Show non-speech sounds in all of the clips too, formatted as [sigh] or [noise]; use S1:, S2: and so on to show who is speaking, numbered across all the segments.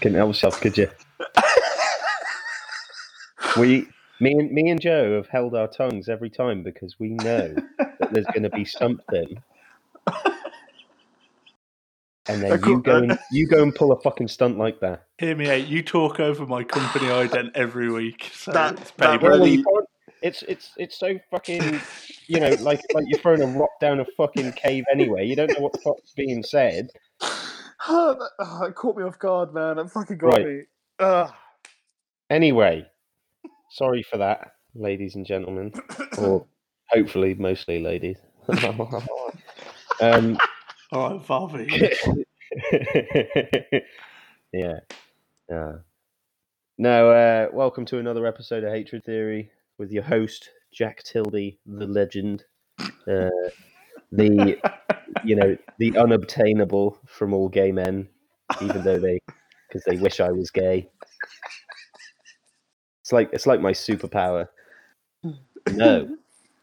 S1: Couldn't help yourself, could you? we, me and me and Joe have held our tongues every time because we know that there's going to be something. And then you
S2: cool,
S1: go
S2: man.
S1: and, you go and pull a fucking stunt like that.
S3: Hear me out. You talk over my company ident every week. So
S2: That-
S3: it's
S2: that
S3: payback.
S2: really-
S1: you can't- it's it's it's so fucking you know like like you're throwing a rock down a fucking cave anyway. You don't know what the fuck's being said.
S2: oh, that, oh, [laughs] it caught me off guard, man. It fucking got
S1: Right.
S2: me. Ugh.
S1: Anyway, sorry for that, ladies and gentlemen, or hopefully mostly ladies. [laughs] um, [laughs]
S3: All right, Varvey.
S1: yeah. Yeah. Now, uh, welcome to another episode of Hatred Theory with your host Jack Tilby, the legend, uh, the you know the unobtainable from all gay men, even though they because they wish I was gay. It's like it's like my superpower. No,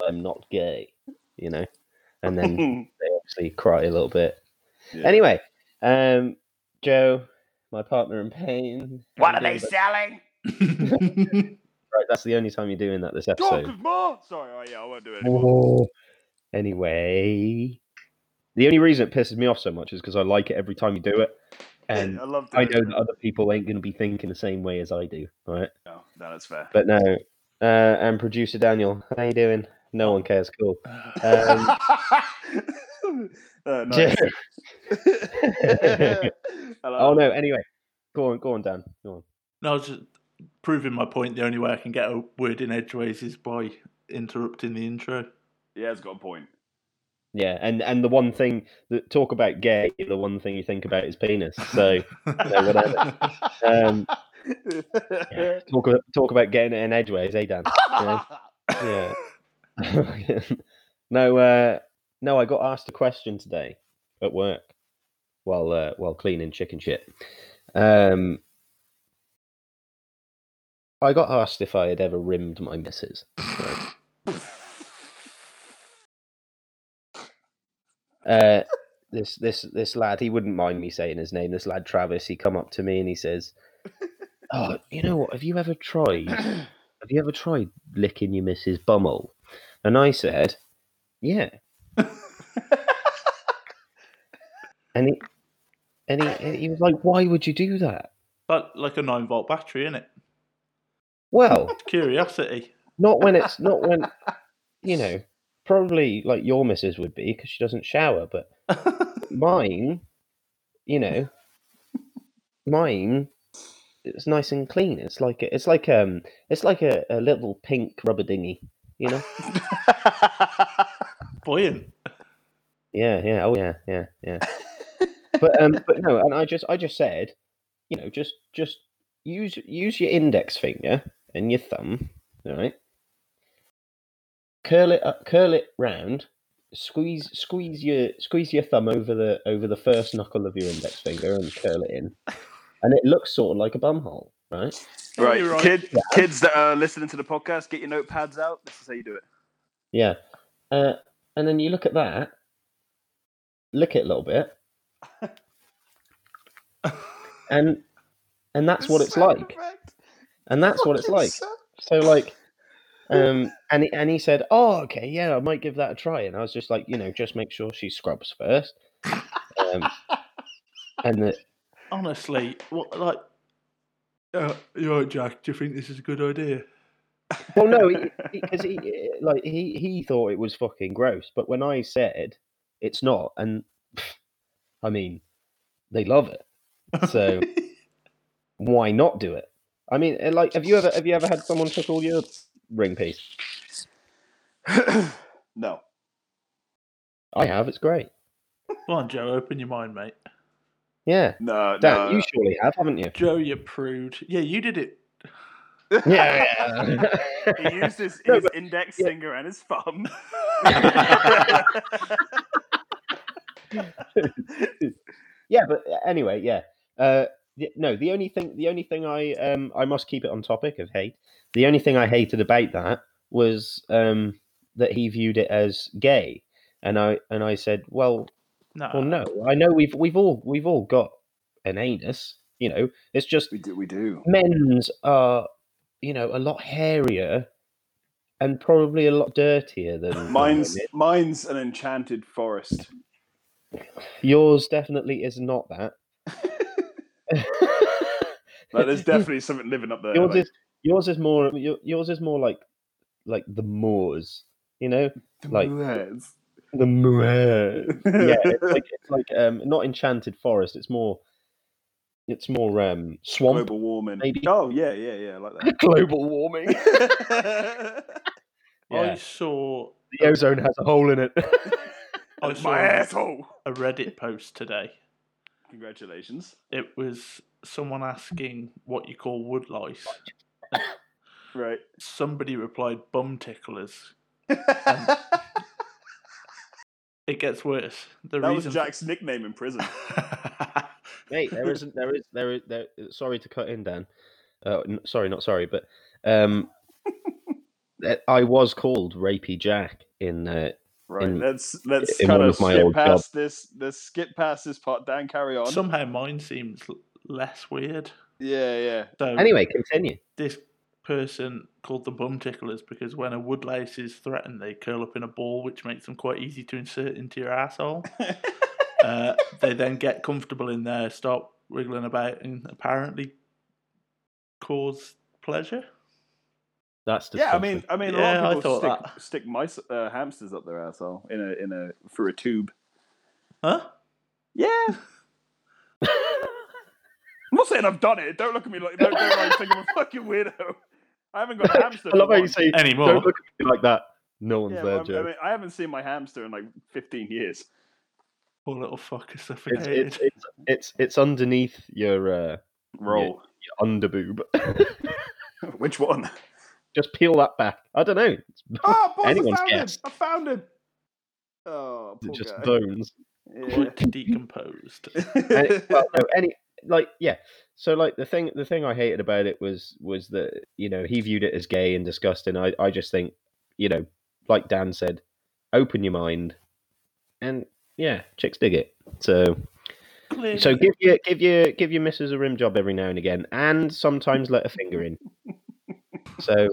S1: I'm not gay. You know, and then
S2: [laughs]
S1: they obviously cry a little bit.
S2: Yeah.
S1: Anyway, um, Joe, my partner in pain.
S2: What
S1: how you
S2: are they
S1: doing, bud?
S2: selling?
S3: [laughs]
S1: Right, that's the only time you're doing that this
S2: Talk
S1: episode.
S2: of more. Sorry, oh, yeah, I won't do it anymore.
S1: Whoa. Anyway, the only reason it pisses me off so much is because I like it every time you do it,
S2: Yeah,
S1: and
S2: I love.
S1: I
S2: doing
S1: know
S2: it.
S1: that other people ain't going to be thinking the same way as I do. all Right,
S2: No, no, that's fair.
S1: but no. Uh, and producer Daniel, how you doing? No one cares. Cool. Um,
S2: [laughs] Uh, [laughs] nice.
S1: Joe-
S2: Hello.
S1: [laughs] oh no. Anyway, go on, go on, Dan. Go on.
S3: no, I was just proving my point. The only way I can get a word in edgeways is by interrupting the intro.
S2: Yeah, it's got a point.
S1: Yeah, and and the one thing that talk about gay, the one thing you think about is penis. So [laughs]
S2: [laughs]
S1: whatever. um, yeah, talk about, talk about getting it in edgeways, eh, Dan? Yeah. [laughs] Yeah. no, uh, no, I got asked a question today at work while uh, while cleaning chicken shit. Um, I got asked if I had ever rimmed my missus. right? Uh, this this this lad, he wouldn't mind me saying his name. This lad Travis, he come up to me and he says, "Oh, you know what? Have you ever tried? Have you ever tried licking your missus bumhole?" And I said, "Yeah." and he and he, and he was like, "Why would you do that?"
S3: But [laughs] like a nine volt battery, isn't it?
S1: Well,
S3: Curiosity.
S1: not when it's not when you know. Probably like your missus would be because she doesn't shower, but mine, you know, mine. It's nice and clean. It's like a, it's like um it's like a, a little pink rubber dinghy, you know.
S3: Buoyant.
S1: Yeah, yeah, oh yeah, yeah, yeah. but um, but no, and I just I just said, you know, just just use use your index finger and your thumb, all right? Curl it up, curl it round, squeeze squeeze your squeeze your thumb over the over the first knuckle of your index finger and curl it in, and it looks sort of like a bumhole, right?
S2: Right,
S3: You're right.
S2: Kid, kids that are listening to the podcast, get your notepads out. This is how you do it.
S1: Yeah. Uh, and then you look at that, lick it a little [laughs] bit, and and that's what it's like. And that's what it's like. So like, [laughs] um, and he, and he said, "Oh, okay, yeah, I might give that a try." And I was just like, you know, just make sure she scrubs first. Um, and the,
S3: Honestly, what like? Uh, you're right, Jack. Do you think this is a good idea?
S1: well, no, because he, eh, like he he thought it was fucking gross, but when I said it's not, and I mean, they love it, so why not do it? I mean, eh, like, have you ever have you ever had someone took all your ring piece?
S2: [laughs] no.
S1: I have. It's great.
S3: Come on, Joe. Open your mind, mate.
S1: Yeah,
S2: No,
S1: Dan,
S2: no.
S1: you surely have,
S3: [laughs]
S1: haven't you?
S3: Joe, you prude. Yeah, you did it.
S1: Yeah. [laughs]
S2: he used his,
S1: No,
S2: his
S1: but-
S2: index
S1: yeah.
S2: finger and his
S1: [laughs]
S2: thumb.
S1: yeah but uh, anyway yeah uh the- no the only thing the only thing i um i must keep it on topic of hate the only thing i hated about that was um that he viewed it as gay and i and i said well
S3: No.
S1: Well, no, I know we've we've all we've all got an anus. You know, it's just
S2: [laughs] We do. We do.
S1: men's are you know a lot hairier and probably a lot dirtier than
S2: [laughs] Mine's
S1: women.
S2: mine's an enchanted forest.
S1: Yours definitely is not that. [laughs]
S2: Like,
S1: [laughs]
S2: there's definitely something living up there.
S1: yours
S2: like,
S1: is yours is more your- yours is more like like the moors. You know,
S2: the
S1: like-
S2: moors.
S1: the moors.
S2: [laughs]
S1: yeah, [laughs] it's like, it's like um, not enchanted forest. It's more, it's more um, swamp.
S2: global warming.
S1: maybe.
S2: Oh yeah, yeah, yeah, I like
S1: Global warming.
S2: that.
S3: I
S1: [laughs] Yeah.
S3: saw
S1: The ozone has a hole in it.
S3: I
S2: That's
S3: saw
S2: my asshole.
S3: a Reddit post today.
S2: Congratulations.
S3: It was someone asking what you call woodlice.
S2: Right.
S3: Somebody replied bum ticklers.
S2: [laughs] that
S3: It gets worse. The
S2: was
S3: reason
S2: Jack's nickname in prison.
S1: [laughs] Mate, there isn't. There is. There is. There, sorry to cut in, Dan. Uh, n- sorry, not sorry, but [laughs] um, that- I was called Rapey Jack in. Uh,
S2: Right.
S1: In-
S2: let's let's
S1: in
S2: kind
S1: one
S2: of
S1: of my
S2: skip
S1: old job.
S2: past this. Let's skip past this part. Dan, carry
S3: [laughs]
S2: on.
S3: somehow mine seems l- less weird.
S2: Yeah, yeah. [laughs]
S3: So
S1: anyway, continue.
S3: this person called them bum ticklers because when a woodlice is threatened, they curl up in a ball, which makes them quite easy to insert into your asshole. uh, they then get comfortable in there, start wriggling about, and apparently cause pleasure.
S1: That's
S2: Yeah, I
S1: disgusting.
S2: mean, I mean, a
S3: Yeah,
S2: lot
S3: I
S2: of people
S3: thought
S2: stick, stick mice, uh, hamsters up their asshole in a in a through a tube.
S3: Huh?
S2: Yeah, I'm not saying I've done it. Don't look at me like don't, do like think I'm a fucking weirdo. I haven't got a hamster.
S1: [laughs] I love
S2: for
S1: how you
S2: one.
S1: say.
S3: Anymore?
S1: Don't look at me like that. No one's
S2: Yeah,
S1: there,
S2: well, I'm-
S1: Joe.
S2: I, mean, I haven't seen my hamster in like 15 years.
S3: Poor little fucker
S1: it's,
S3: suffocated.
S1: it's it's it's it's underneath your uh,
S2: Roll. [laughs]
S1: your underboob.
S2: Which one?
S1: [laughs]
S2: [laughs]
S1: Just peel that back. I don't know. It's
S2: Oh, boys, I
S1: Anyone's
S2: found
S1: guess.
S2: him. I found him. Oh, poor
S1: just
S2: guy. [laughs]
S1: bones. [laughs]
S3: Quite decomposed.
S1: And
S2: Yeah.
S1: it- well, no, any like yeah. So like the thing the thing I hated about it was was that you know he viewed it as gay and disgusting. I I just think you know like Dan said, open your mind, and yeah, chicks dig it. So
S3: Clearly.
S1: so give your give your give your missus a rim job every now and again, and sometimes let a finger in. So.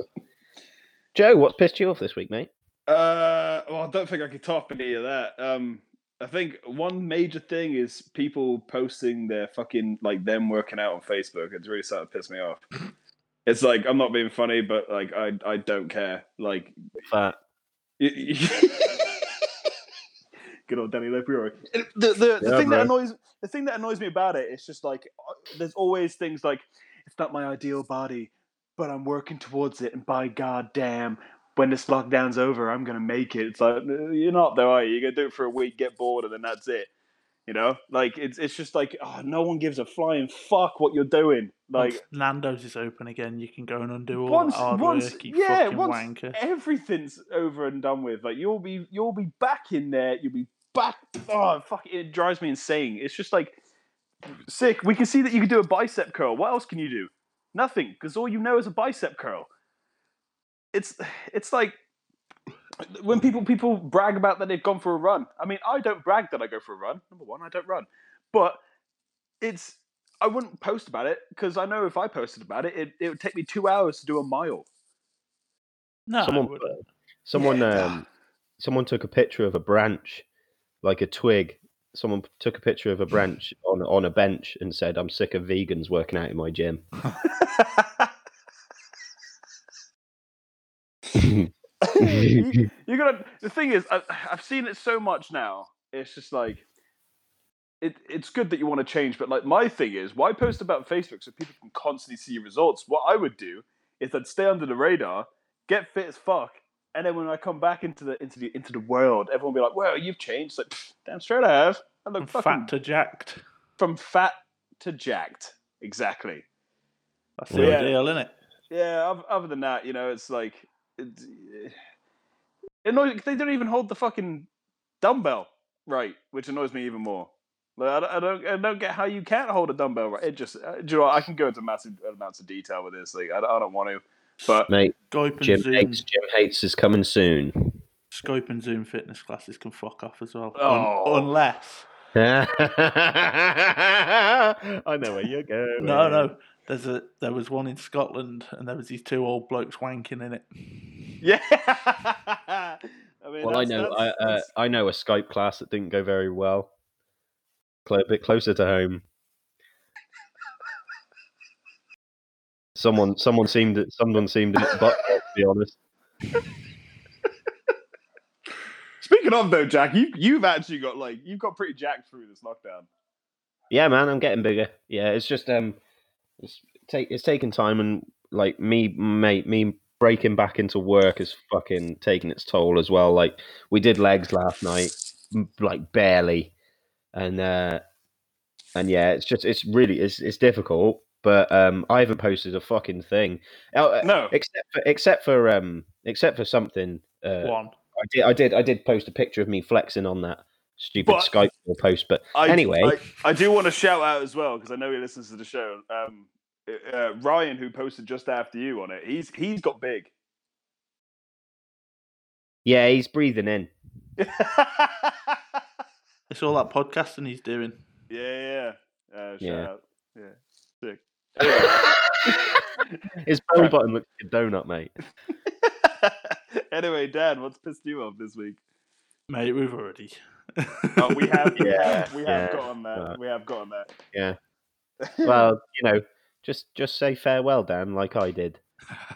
S1: Joe, what's pissed you off this week, mate?
S2: Uh, well, I don't think I could top any of that. Um, I think one major thing is people posting their fucking like them working out on Facebook. It's really starting to piss me off. It's like I'm not being funny, but like I I don't care. Like
S1: Fat.
S2: Y- [laughs] Good old Danny Lepriori. The, the, the
S1: Yeah,
S2: thing that
S1: bro.
S2: annoys the thing that annoys me about it, it's just like uh, there's always things like it's not my ideal body, but I'm working towards it, and by god damn, when this lockdown's over, I'm gonna make it. It's like "No, you're not though, are you? You're gonna do it for a week, get bored, and then that's it. You know, like it's it's just like oh, no one gives a flying fuck what you're doing. Like
S3: Once Nando's is open again, you can go and undo all
S2: Once-
S3: that hard
S2: once-
S3: work, you
S2: yeah,
S3: fucking
S2: once
S3: wanker.
S2: everything's over and done with. Like you'll be you'll be back in there. You'll be back. Oh fuck! It drives me insane. It's just like sick. We can see that you can do a bicep curl. What else can you do? Nothing, because all you know is a bicep curl. It's it's like when people people brag about that they've gone for a run. I mean, I don't brag that I go for a run. Number one, I don't run, but it's. I wouldn't post about it because I know if I posted about it, it, it would take me two hours to do a mile.
S3: No, I
S1: someone,
S3: wouldn't.
S1: put- someone,
S2: Yeah.
S1: um, someone took a picture of a branch, like a twig. Someone p- took a picture of a branch on on a bench and said, "I'm sick of vegans working out in my gym."
S3: [laughs]
S2: you, you gotta. The thing is, I, I've seen it so much now. It's just like, it, it's good that you want to change, but like my thing is, why post about Facebook so people can constantly see your results? What I would do is I'd stay under the radar, get fit as fuck, and then when I come back into the into the into the world, everyone will be like, "Well, you've changed." Like, "Pfft, damn straight I have. I
S3: From
S2: look fucking
S3: fat to jacked.
S2: from fat to jacked. Exactly.
S3: That's
S1: Yeah.
S3: the ideal, isn't it?
S2: Yeah, oth- other than that, you know, it's like it's, eh, it annoys, they don't even hold the fucking dumbbell right, which annoys me even more. Like, I, don't, I don't, I don't get how you can't hold a dumbbell right. It just, uh, do you know, what, I can go into massive amounts of detail with this. Like, I, don't- I don't want to, [laughs] but
S1: Mate,
S3: Skype and
S1: Jim
S3: Zoom.
S1: Hates, Jim Hates is coming soon.
S3: Skype and Zoom fitness classes can fuck off as well. Un-
S2: Oh.
S3: unless
S1: [laughs] I know where you're [laughs] going.
S3: No, no. There's a there was one in Scotland, and there was these two old blokes wanking in it.
S2: Yeah. I mean,
S1: Well, I
S2: that's-
S1: know, I,
S2: that's-
S1: uh,
S2: that's-
S1: I know a Skype class that didn't go very well. Cl- a bit closer to home. Someone, someone seemed, someone seemed a bit butt. To be honest,
S2: Speaking of though, Jack, you you've actually got like you've got pretty jacked through this lockdown.
S1: yeah, man, I'm getting bigger. Yeah, it's just um, it's take it's taking time and like me, mate, me breaking back into work is fucking taking its toll as well. Like we did legs last night, m- like barely, and uh, and yeah, it's just it's really it's it's difficult. But um, I haven't posted a fucking thing. Oh, uh,
S2: No,
S1: except for except for um except for something uh,
S3: One.
S1: I did I did I did post a picture of me flexing on that stupid
S2: But-
S1: Skype call post, but
S2: I,
S1: Anyway.
S2: I, I do want to shout out as well because I know he listens to the show. Um, uh, Ryan, who posted just after you on it, he's he's got big. [laughs]
S1: yeah, he's breathing in.
S2: yeah,
S3: It's all that podcasting he's doing.
S2: yeah. Uh, shout
S1: Yeah.
S2: out.
S1: [laughs] His belly button looks like a donut, mate.
S2: [laughs] anyway, Dan, what's pissed you off this week?
S3: Mate, we've already.
S2: Oh, we have, we
S1: Yeah,
S2: have, we have
S1: yeah,
S2: got on that.
S1: uh,
S2: we have got on that.
S1: yeah. Well, you know, just just say farewell, Dan, like I did,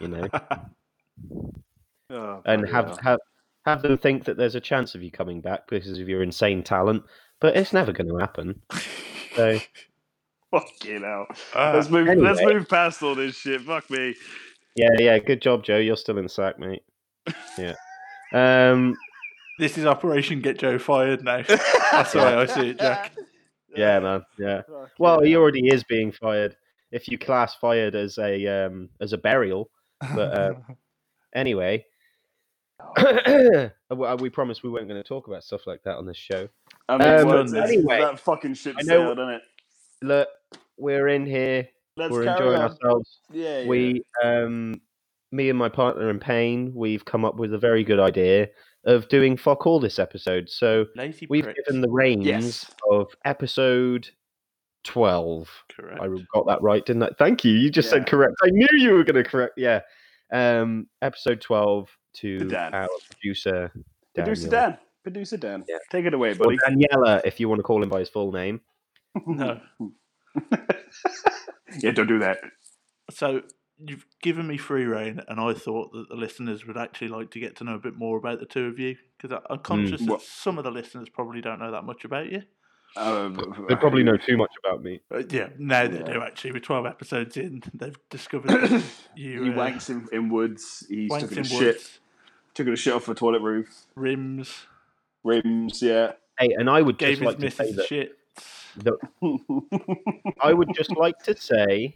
S1: you know,
S2: [laughs] Oh,
S1: and
S2: bloody
S1: have
S2: hell.
S1: have have them think that there's a chance of you coming back because of your insane talent, but it's never going to happen. So
S2: [laughs] fucking hell.
S3: [laughs] Ah,
S2: let's move. Let's
S1: anyway.
S2: move past all this shit. Fuck
S1: [laughs]
S2: me.
S1: yeah, yeah, good job, Joe. You're still in sack, mate. Yeah. Um.
S3: this is Operation Get Joe Fired now. That's the way I see it,
S2: [laughs]
S3: Jack.
S1: Yeah, man. Yeah. Well, he already is being fired. If you class fired as a um, as a burial, But,
S2: [laughs]
S1: uh,
S2: [coughs]
S1: anyway. we we promised we weren't going to talk about stuff like that on this show.
S2: I mean,
S1: Um,
S2: well, it's- it's
S1: anyway,
S2: that fucking ship
S1: I know-
S2: sailed, isn't it?
S1: Look, we're in here.
S2: Let's
S1: we're
S2: carry
S1: enjoying
S2: on.
S1: ourselves.
S2: Yeah, yeah.
S1: We, um, me and my partner in pain, we've come up with a very good idea of doing fuck all this episode. So
S3: Lazy
S1: we've
S3: prick.
S1: given the reins
S2: Yes.
S1: of episode twelve.
S3: Correct.
S1: I got that right, didn't I? Thank you. You just
S2: Yeah.
S1: said correct. I knew you were going to correct. Yeah. Um, episode 12 to
S2: Dan.
S1: our producer, Daniel.
S2: Producer Dan. Producer Dan.
S1: Yeah.
S2: Take it away,
S1: Or
S2: buddy.
S1: Daniela, if you want to call him by his full name.
S2: [laughs]
S3: No.
S2: yeah, don't do that.
S3: So you've given me free reign, and I thought that the listeners would actually like to get to know a bit more about the two of you because I'm
S1: Hmm.
S3: conscious that
S2: Well-
S3: some of the listeners probably don't know that much about you.
S2: Um,
S1: They probably
S2: [coughs]
S1: know too much about me.
S3: Uh, yeah, now they
S2: Yeah.
S3: do actually. We're 12 episodes in, they've discovered
S2: [coughs]
S3: that you
S2: he
S3: uh,
S2: wanks in, in woods. He's
S3: wanks
S2: taking
S3: in
S2: a shit.
S3: woods,
S2: Taking a shit off a toilet roof.
S3: rims,
S2: Rims. Yeah. [laughs]
S1: Hey, and I would
S3: gave
S1: just like to
S3: his
S1: say
S3: missus
S1: that,
S3: shit.
S1: that I would
S3: [laughs]
S1: just like to say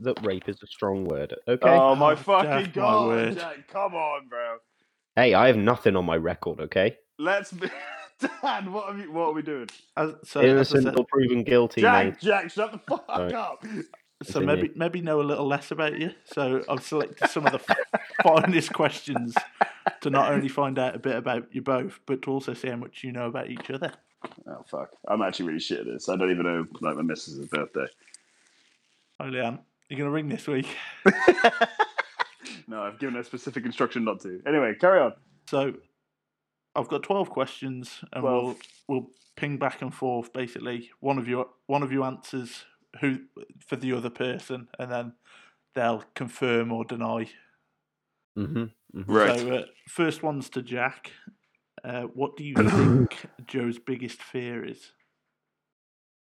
S1: that rape is a strong word. Okay.
S2: Oh
S1: [laughs]
S2: my
S3: Oh,
S2: fucking
S3: Jack, my
S2: god!
S3: word.
S2: Jack, come on, bro.
S1: hey, I have nothing on my record. Okay.
S2: Let's be. [laughs] Dan, what are, you, what are we doing?
S3: As- so, as I
S1: Innocent
S3: said-
S1: until proven guilty. mate.
S2: Jack, Jack, shut the fuck
S1: Sorry.
S2: up.
S3: so
S1: Continue.
S3: maybe maybe know a little less about you. So I've
S2: [laughs]
S3: selected some of the finest questions to not only find out a bit about you both, but to also see how much you know about each other.
S2: Oh fuck! I'm actually really shit at this. I don't even know like my missus' birthday.
S3: Hi, Leanne. You're going to ring this week.
S2: No, I've given her specific instruction not to. Anyway, carry on.
S3: So I've got 12 questions and
S2: Twelve.
S3: we'll we'll ping back and forth basically. One of you one of you answers who for the other person and then they'll confirm or deny.
S1: Mhm.
S3: So uh, first one's to Jack. Uh, what
S1: [coughs]
S3: do you think Joe's biggest fear is?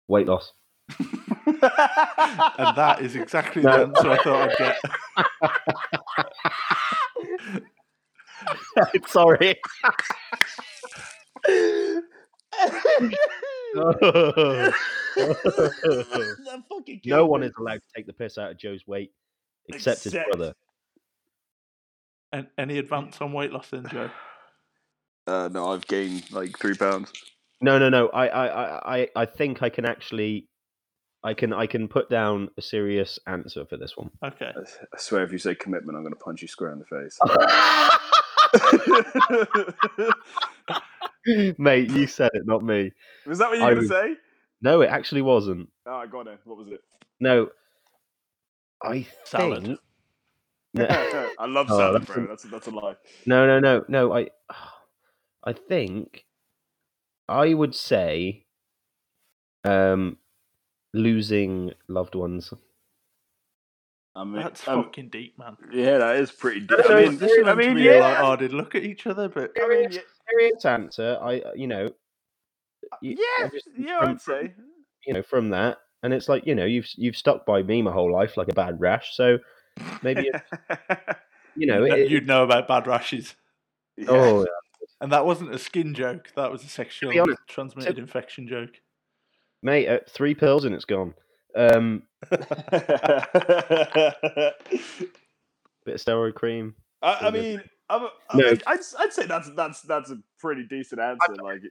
S1: Weight loss. [laughs]
S3: And that is exactly the
S1: No.
S3: answer I thought I'd get. [laughs]
S1: Sorry.
S2: [laughs]
S1: [laughs]
S2: That fucking
S1: no
S2: killed
S1: one
S2: me.
S1: is allowed to take the piss out of Joe's weight except, his
S2: Except-
S1: brother.
S3: And any advance on weight loss then, Joe?
S2: Uh, no, I've gained like three pounds.
S1: No, no, no. I, I, I, I- I think I can actually, I can, I can put down a serious answer for this one.
S3: Okay.
S2: I I swear, if you say commitment, I'm going
S1: [laughs]
S2: to punch you square in the face.
S1: Mate, you said it, not me.
S2: [laughs] Was that what you
S1: I
S2: were going
S1: was-
S2: to say?
S1: No, it actually wasn't.
S2: Oh, I got it. What was
S1: [laughs]
S2: it?
S1: No, I
S3: Salad.
S1: think- No, [laughs]
S2: [laughs] I love
S1: Oh,
S2: salad,
S1: that's
S2: bro. That's that's a lie.
S1: no, no, no, no. I, I think I would say, um, losing loved ones.
S2: I mean,
S3: That's
S2: um,
S3: fucking deep, man.
S2: yeah, that is pretty. Deep.
S1: no,
S2: I mean,
S1: this is-
S2: I
S3: I mean,
S2: mean,
S3: yeah.
S2: yeah,
S3: Like, oh, did look at each other, but
S2: I mean, yeah,
S1: Serious answer. I, uh, you know, y-
S2: Uh, yeah,
S1: obviously
S2: yeah,
S1: from-
S2: I'd say.
S1: you know, from that, and it's like you know, you've you've stuck by me my whole life like a bad rash. So maybe
S2: [laughs]
S1: it- you know,
S3: that
S1: it,
S3: uh, you'd know about bad rashes.
S2: Yeah.
S1: oh,
S3: And that wasn't a skin joke. That was a sexual
S1: honest,
S3: transmitted infection joke.
S1: mate, uh, three pills and it's gone. Um, bit of steroid cream.
S2: I, I
S1: Is it-
S2: mean, I'm a, I
S1: No.
S2: mean, I'd, I'd say that's that's that's a pretty decent answer. Like,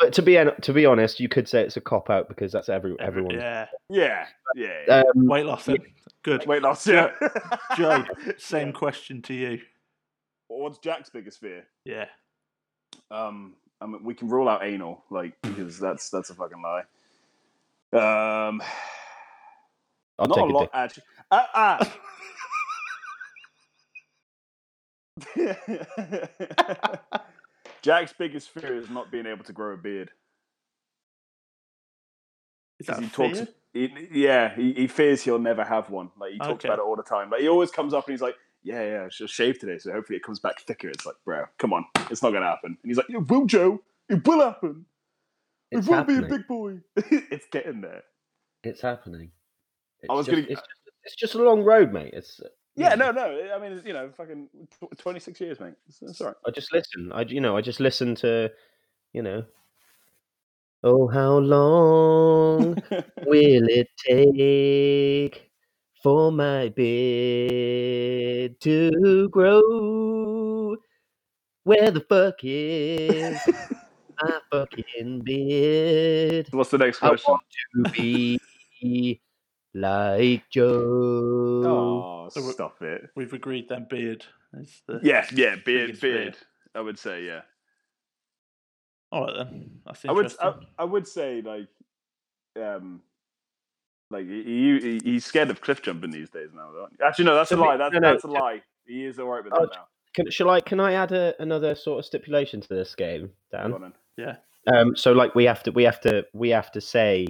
S1: But to be en- to be honest, you could say it's a cop out because that's every
S3: Every-
S1: everyone.
S3: Yeah.
S2: Uh, yeah, yeah. yeah.
S1: Um,
S3: Weight loss. Then. Good.
S2: Wait, last year. [laughs]
S3: Joe, same question to you.
S2: What's Jack's biggest fear?
S3: Yeah.
S2: Um, I mean, we can rule out anal, like
S1: Hmm.
S2: because that's that's a fucking lie. Um,
S1: I'll
S2: not
S1: take
S2: a
S1: a
S2: lot
S1: dick.
S2: actually. Ah,
S1: [laughs]
S2: ah. [laughs] Jack's biggest fear is not being able to grow a beard.
S3: Is
S2: 'Cause
S3: that
S2: he
S3: he
S2: talks- He- yeah, he, he fears he'll never have one. Like he talks
S3: Okay.
S2: about it all the time. Like he always comes up and he's like, "Yeah, yeah, I just shaved today, so hopefully it comes back thicker." It's like, bro, come on, it's not gonna happen. And he's like, "It will, Joe. It will happen.
S1: It's
S2: [laughs] it will
S1: happening.
S2: be a big boy. [laughs] it's getting there."
S1: It's happening. It's
S2: I was
S1: just,
S2: gonna- uh,
S1: It's just, it's just a long road, mate. It's
S2: Yeah,
S1: Yeah.
S2: no, no. I mean, it's, you know, fucking tw- 26 years, mate. It's, it's all right.
S1: I just listen. I you know I just listen to, you know. Oh, how
S2: [laughs]
S1: long will it take for my beard to grow? Where the fuck is my fucking beard?
S2: So what's the next
S1: I
S2: question?
S1: want to be like Joe.
S2: Oh,
S3: So we-
S2: stop it.
S3: We've agreed then beard is the
S2: Yeah, yeah, beard,
S3: Biggest fear.
S2: beard. I would say, yeah.
S3: All right then. That's
S2: I would, uh,
S3: interesting.
S2: I, I would say, like, um, like he, he, he- he's scared of cliff jumping these days now. Though. Actually, no, that's a
S1: So we-
S2: lie. That's,
S1: no, no,
S2: that's a lie. He is all right with
S1: Oh,
S2: that now.
S1: Can, shall I? Can I add a, another sort of stipulation to this game, Dan?
S2: Go on then.
S1: Um, so like we have to, we have to, we have to say,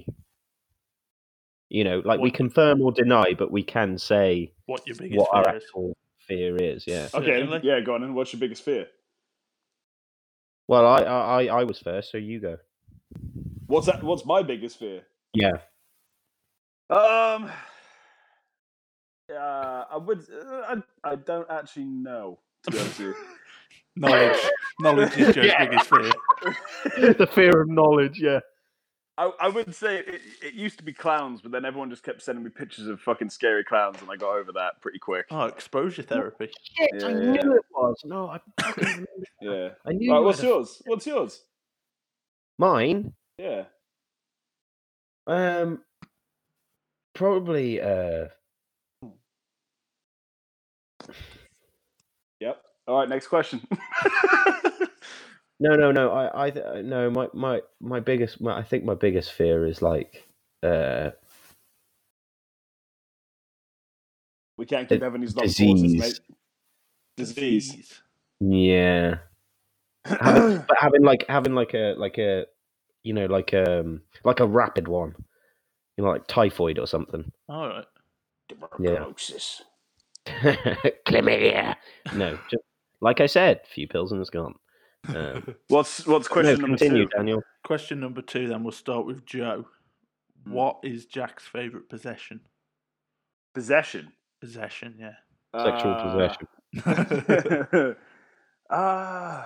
S1: you know, like we
S3: What-
S1: confirm or deny, but we can say
S3: what your biggest
S1: what our
S3: fear is.
S1: actual fear is. Yeah.
S2: Okay,
S3: Certainly.
S2: yeah, go on. Then. What's your biggest fear?
S1: Well, I, I, I- I was first, so you [laughs] go.
S2: What's that? What's my biggest fear?
S1: Yeah.
S2: Um. Uh, I would. Uh, I, I don't actually know. To be honest with you.
S3: Knowledge. Knowledge is
S2: [laughs]
S3: Joe's
S1: Yeah.
S3: biggest fear.
S1: [laughs] the fear of knowledge. Yeah.
S2: I, I would say it, it used to be clowns, but then everyone just kept sending me pictures of fucking scary clowns, and I got over that pretty quick.
S3: Oh, exposure therapy.
S1: Shit,
S2: Yeah,
S1: I
S2: yeah.
S1: knew it was. No, I fucking remember.
S2: Yeah.
S1: I knew.
S2: Right,
S1: you
S2: what's
S1: had a-
S2: yours? What's yours?
S1: Mine.
S2: Yeah.
S1: Um. Probably. Uh.
S2: Yep. All right. Next question. [laughs]
S1: No, no, no. I, I, th- uh, no. My, my, my biggest. My, I think my biggest fear is like, uh,
S2: we can't keep having these long pauses,
S1: Disease.
S2: mate.
S1: [laughs]
S2: Disease. [coughs]
S1: yeah.
S2: [clears throat]
S1: Having, but having like having like a like a, you know, like um like a rapid one, you know, like typhoid or something. [laughs]
S3: All right.
S2: Tuberculosis.
S1: Chlamydia. No, just like I said, few pills and it's gone.
S2: [laughs]
S1: Um,
S2: What's What's
S1: no,
S2: question number
S1: continue,
S2: two?
S1: Daniel.
S3: Question number two. Then we'll start with Joe.
S2: Hmm.
S3: What is Jack's favorite possession?
S2: Possession.
S3: Possession. [laughs] Yeah.
S1: Sexual
S2: Uh,
S1: possession.
S2: [laughs] uh,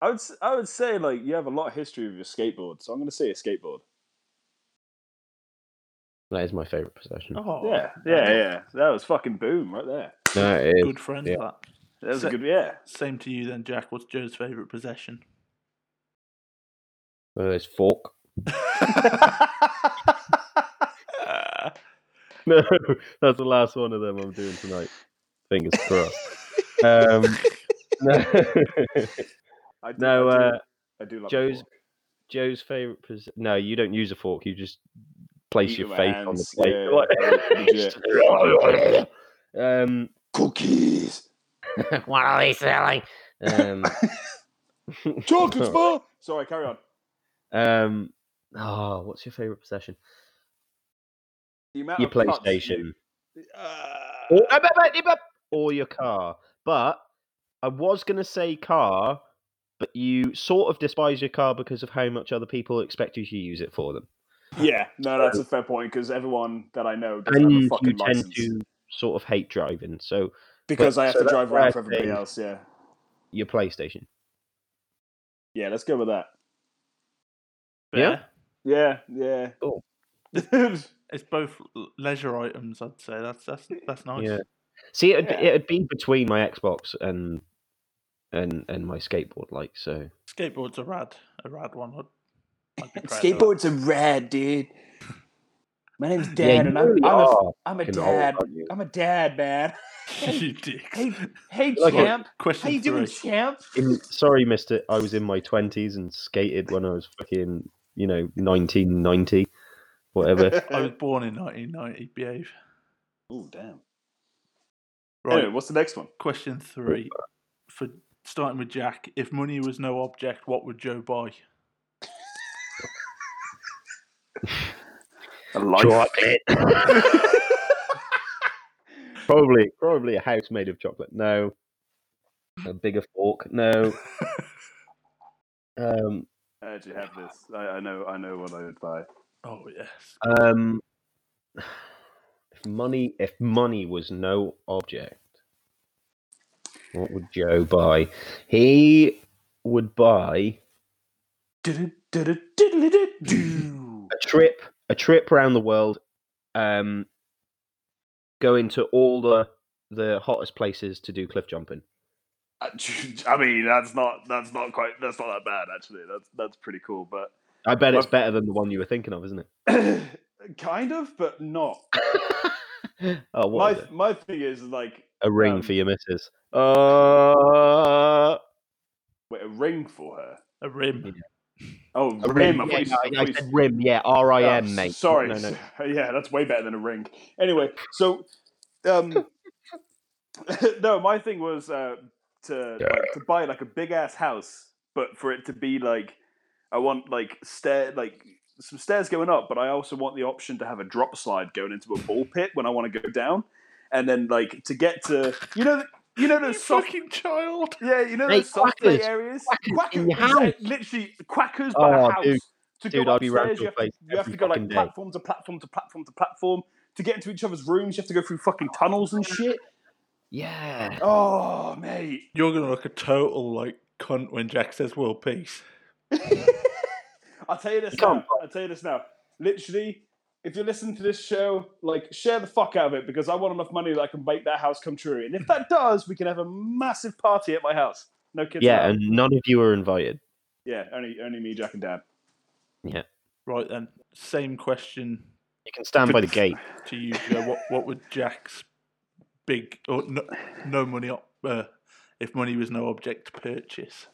S2: I would s- Ah, I would say like you have a lot of history with your skateboard, so I'm going to say a skateboard.
S1: That is my favorite possession.
S3: oh.
S2: yeah, yeah, yeah. That was fucking boom right there.
S1: No, it is.
S3: Good friend.
S1: Yeah.
S3: That.
S2: That was
S3: So-
S2: a
S1: [laughs]
S2: good yeah. [laughs]
S3: Same to you then, Jack. What's Joe's favorite possession?
S1: Uh, it's fork. [laughs] No, that's the last one of them I'm doing tonight. Fingers
S2: [laughs]
S1: crossed. Um, [laughs] no,
S2: I do-
S1: no,
S2: I do-
S1: uh,
S2: I do love
S1: Joe's-
S2: the fork.
S1: Joe's favorite. Pres- no, you don't use a fork. You just place
S2: Eat
S1: your
S2: with my
S1: face on the
S2: hands,
S1: plate. [laughs]
S2: yeah,
S1: Like- um, [laughs]
S2: cookies.
S1: what are they selling? Um,
S2: Chocolates bar. Sorry, carry on.
S1: um, oh, what's your favorite possession?
S2: The amount
S1: Your
S2: of cuts you- [laughs]
S1: PlayStation
S2: Ah.
S1: or, uh, but- but- but- or your car. But I was going to say car, but you sort of despise your car because of how much other people expect you to use it for them.
S2: yeah, no, that's a fair point because everyone that I know doesn't have a
S1: And you tend
S2: fucking license
S1: to sort of hate driving. So
S2: because
S1: but-
S2: I have
S1: so
S2: to
S1: that's
S2: drive
S1: why I
S2: around for everybody
S1: say-
S2: else. Yeah,
S1: your PlayStation.
S2: yeah, let's go with that.
S1: Yeah?
S3: Fair.
S2: Yeah, yeah.
S1: Cool.
S2: [laughs]
S3: It's both l- leisure items, I'd say. That's that's that's nice.
S1: Yeah. See, it'd,
S2: Yeah.
S1: it'd be between my Xbox and and and my skateboard, like so.
S3: Skateboard's a rad, a rad one. I'd,
S2: [laughs]
S3: I'd be proud of that.
S2: Skateboards are rad, dude. My name's Dan, and I'm,
S1: really
S2: I'm, a,
S1: are
S2: I'm a
S1: fucking old,
S2: dad.
S1: aren't you?
S2: I'm a dad, man. [laughs]
S3: [laughs] you dicks.
S2: Hey, hey,
S1: Like a-
S2: champ. How
S3: Question
S2: you doing,
S3: three.
S2: champ?
S1: In- sorry, Mister. I was in my twenties and skated when I was fucking, you know, nineteen ninety,
S2: [laughs]
S1: whatever.
S3: I was born in 1990. Behave.
S2: oh, damn.
S3: Right.
S2: Anyway, what's the next one?
S3: Question three. For starting with Jack, if money was no object, what would Joe buy?
S2: A life.
S1: Chocolate. [laughs]
S2: [laughs]
S1: probably, probably a house made of chocolate. No, a bigger fork. No. um,
S2: I actually have this. I, I know. I know what I would buy.
S3: Oh yes.
S2: [laughs]
S1: um, if money, if money was no object, what would Joe buy? He would buy
S2: Du-du-du-du-du-du-du-du.
S1: a trip a trip around the world um going to all the the hottest places to do cliff jumping
S2: I Uh, [laughs] I mean, that's not. That's not quite. That's not that bad, actually. That's that's pretty cool, but
S1: i bet it's
S2: I've-
S1: better than the one you were thinking of isn't it
S2: [coughs]
S1: [laughs]
S2: kind of, but not.
S1: oh what
S2: My
S1: is it?
S2: my thing is like
S1: a ring
S2: um,
S1: for your missus uh
S2: wait, a ring for her.
S3: A rim.
S2: Oh,
S1: a
S2: rim. I
S1: yeah,
S2: thought you-
S1: no,
S2: I
S1: I,
S2: thought you
S1: said rim yeah r-i-m
S2: Oh, s-
S1: mate
S2: Sorry.
S1: no, no.
S2: [laughs] yeah, that's way better than a ring. Anyway, so um [laughs] no, my thing was uh to like, to buy like a big ass house, but for it to be like I want like stair like some stairs going up, but I also want the option to have a drop slide going into a ball pit when I want to go down. And then like to get to you know you know those soft
S3: fucking child.
S2: yeah, you know
S1: Mate,
S2: those soft play
S1: quackers.
S2: areas?
S1: Quackers in your
S2: exa-
S1: house.
S2: Literally quackers by
S1: Oh,
S2: a house.
S1: dude,
S2: to
S1: dude,
S2: go
S1: I'd be round
S2: upstairs, you
S1: your
S2: have to,
S1: place
S2: you have
S1: every
S2: to go
S1: fucking
S2: like
S1: day.
S2: platform to platform to platform to platform to get into each other's rooms. You have to go through fucking tunnels and shit.
S1: yeah
S2: Oh, mate. [laughs]
S3: You're gonna look a total like cunt when Jack says world peace.
S2: I'll tell you this
S1: You
S2: now.
S1: can't
S2: I'll tell you this now. Literally, if you're listening to this show, like share the fuck out of it because I want enough money that I can make that house come true. And if that does, we can have a massive party at my house. No kids.
S1: yeah
S2: allowed.
S1: and none of you are invited
S2: yeah. Only, only me, Jack, and Dan.
S3: Right then. Same question
S1: you can stand by the gate
S3: to you, Joe. What what would Jack's big or no, no money op- uh, if money was no object purchase?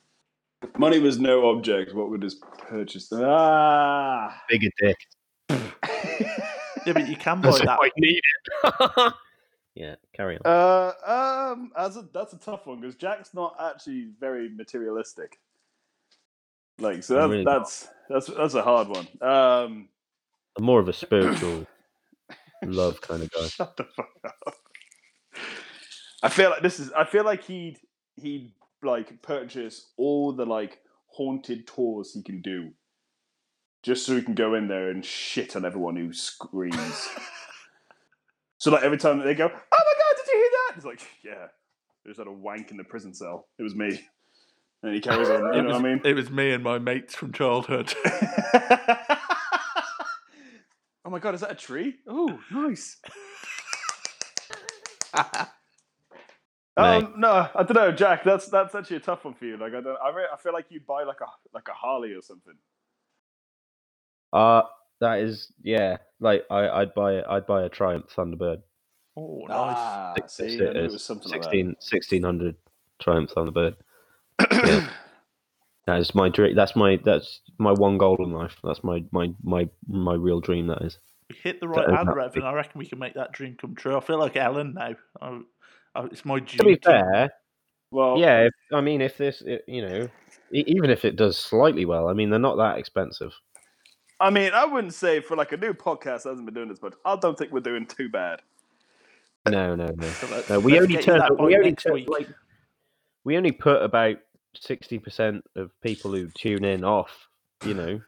S2: Money was no object. What would his purchase? Ah. [laughs]
S1: bigger dick
S3: Yeah, but you can buy
S1: That's
S3: that.
S1: how I need it [laughs] yeah carry on
S2: Uh, um, as a, that's a tough one because Jack's not actually very materialistic. Like, so
S1: I'm
S2: that,
S1: really not.
S2: that's that's that's a hard one. Um,
S1: I'm more of a
S2: [coughs]
S1: spiritual love kind of guy
S2: shut the fuck up. I feel like this is. I feel like he'd he'd like purchase all the like haunted tours he can do, just so he can go in there and shit on everyone
S3: [laughs]
S2: who screams. so like every time they go, "Oh my god, did you hear that?" It's like, yeah, it was at a wank in the prison cell. It was me. And he carries on. You
S3: it
S2: know
S3: was,
S2: what I mean?
S3: It was me and my mates from childhood. [laughs]
S2: oh my god, is that a tree? Oh, nice.
S1: Mate.
S2: Um, no, I don't know, Jack. That's that's actually a tough one for you. Like, I don't. I, re- I feel like you'd buy like a like a Harley or something.
S1: Uh that is yeah. Like I, I'd buy it. I'd buy a Triumph Thunderbird.
S3: oh, nice.
S1: Ah.
S2: see, I knew it was something [coughs]
S1: 16, 1600 Triumph Thunderbird.
S2: like that.
S1: That is my dream. That's my that's my one goal in life. That's my my my my real dream. That is.
S3: We hit the right
S1: That-
S3: hand,
S1: that-
S3: Rev, and I reckon we can make that dream come true. I feel like Ellen now. I, I, it's my duty.
S1: To be fair,
S2: Well,
S1: yeah. If, I mean, if this, i you know, e- even if it does slightly well, I mean, they're not that expensive.
S2: I mean, I wouldn't say for like a new podcast that hasn't been doing this much. I don't think we're doing too bad.
S1: No, no, no.
S3: So let's-
S1: No, uh, we
S3: let's
S1: only
S3: get you
S1: turned.
S3: that by
S1: We only
S3: next
S1: turned,
S3: week.
S1: like, we only put about sixty percent of people who tune in off. You know,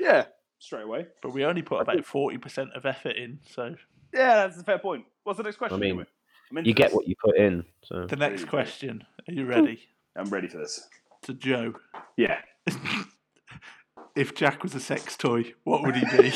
S2: Yeah, straight away.
S3: But we only put about forty percent of effort in. So
S2: Yeah, that's a fair point. What's the next question?
S1: mean,
S2: anyway? I'm
S1: you
S2: into
S1: get
S2: this.
S1: what you put in. So
S3: the next question: Are you ready?
S2: I'm ready for this.
S3: To Joe,
S2: Yeah.
S3: if Jack was a sex toy, what would he be?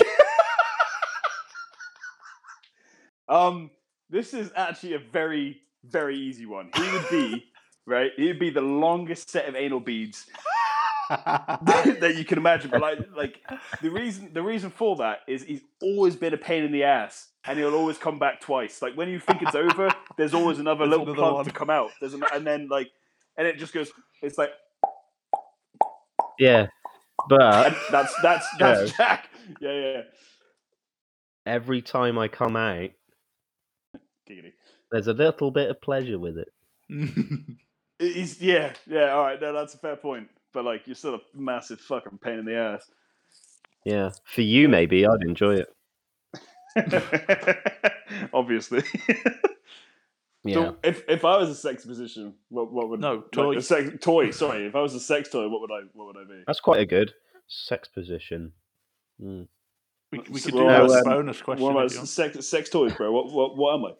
S2: Um, this is actually a very, very easy one. He would
S3: [laughs]
S2: be right. He'd be the longest set of anal beads
S1: [laughs]
S2: that, that you can imagine. But like, like the reason the reason for that is he's always been a pain in the ass, and he'll always come back twice. Like when you think it's over, there's always another
S3: There's
S2: little
S3: another
S2: plug
S3: one.
S2: to come out. There's an, and then like, and it just goes. It's like
S1: yeah, but
S3: Uh,
S2: and that's
S3: [laughs]
S2: that's that's Jack. Yeah, yeah,
S1: every time I come out,
S2: yeah. Giggity.
S1: there's a little bit of pleasure with it.
S2: It- He's yeah, yeah. All right, no, that's a fair point. But like, you're still a massive fucking pain in the ass.
S1: Yeah, for you maybe I'd enjoy it.
S2: [laughs] Obviously.
S1: Yeah,
S2: So if, if I was a sex position, what, what would
S3: no
S2: like,
S3: toy.
S2: a sex, toy? Sorry, if I was a sex toy, what would I what would I be?
S1: that's quite a good sex position. Mm.
S3: we, we
S2: so
S3: could do
S2: we're
S3: that
S1: all,
S3: as a
S2: um,
S3: bonus question.
S2: What am I?
S3: if you want.
S2: Sex sex toys, bro. What what what am I?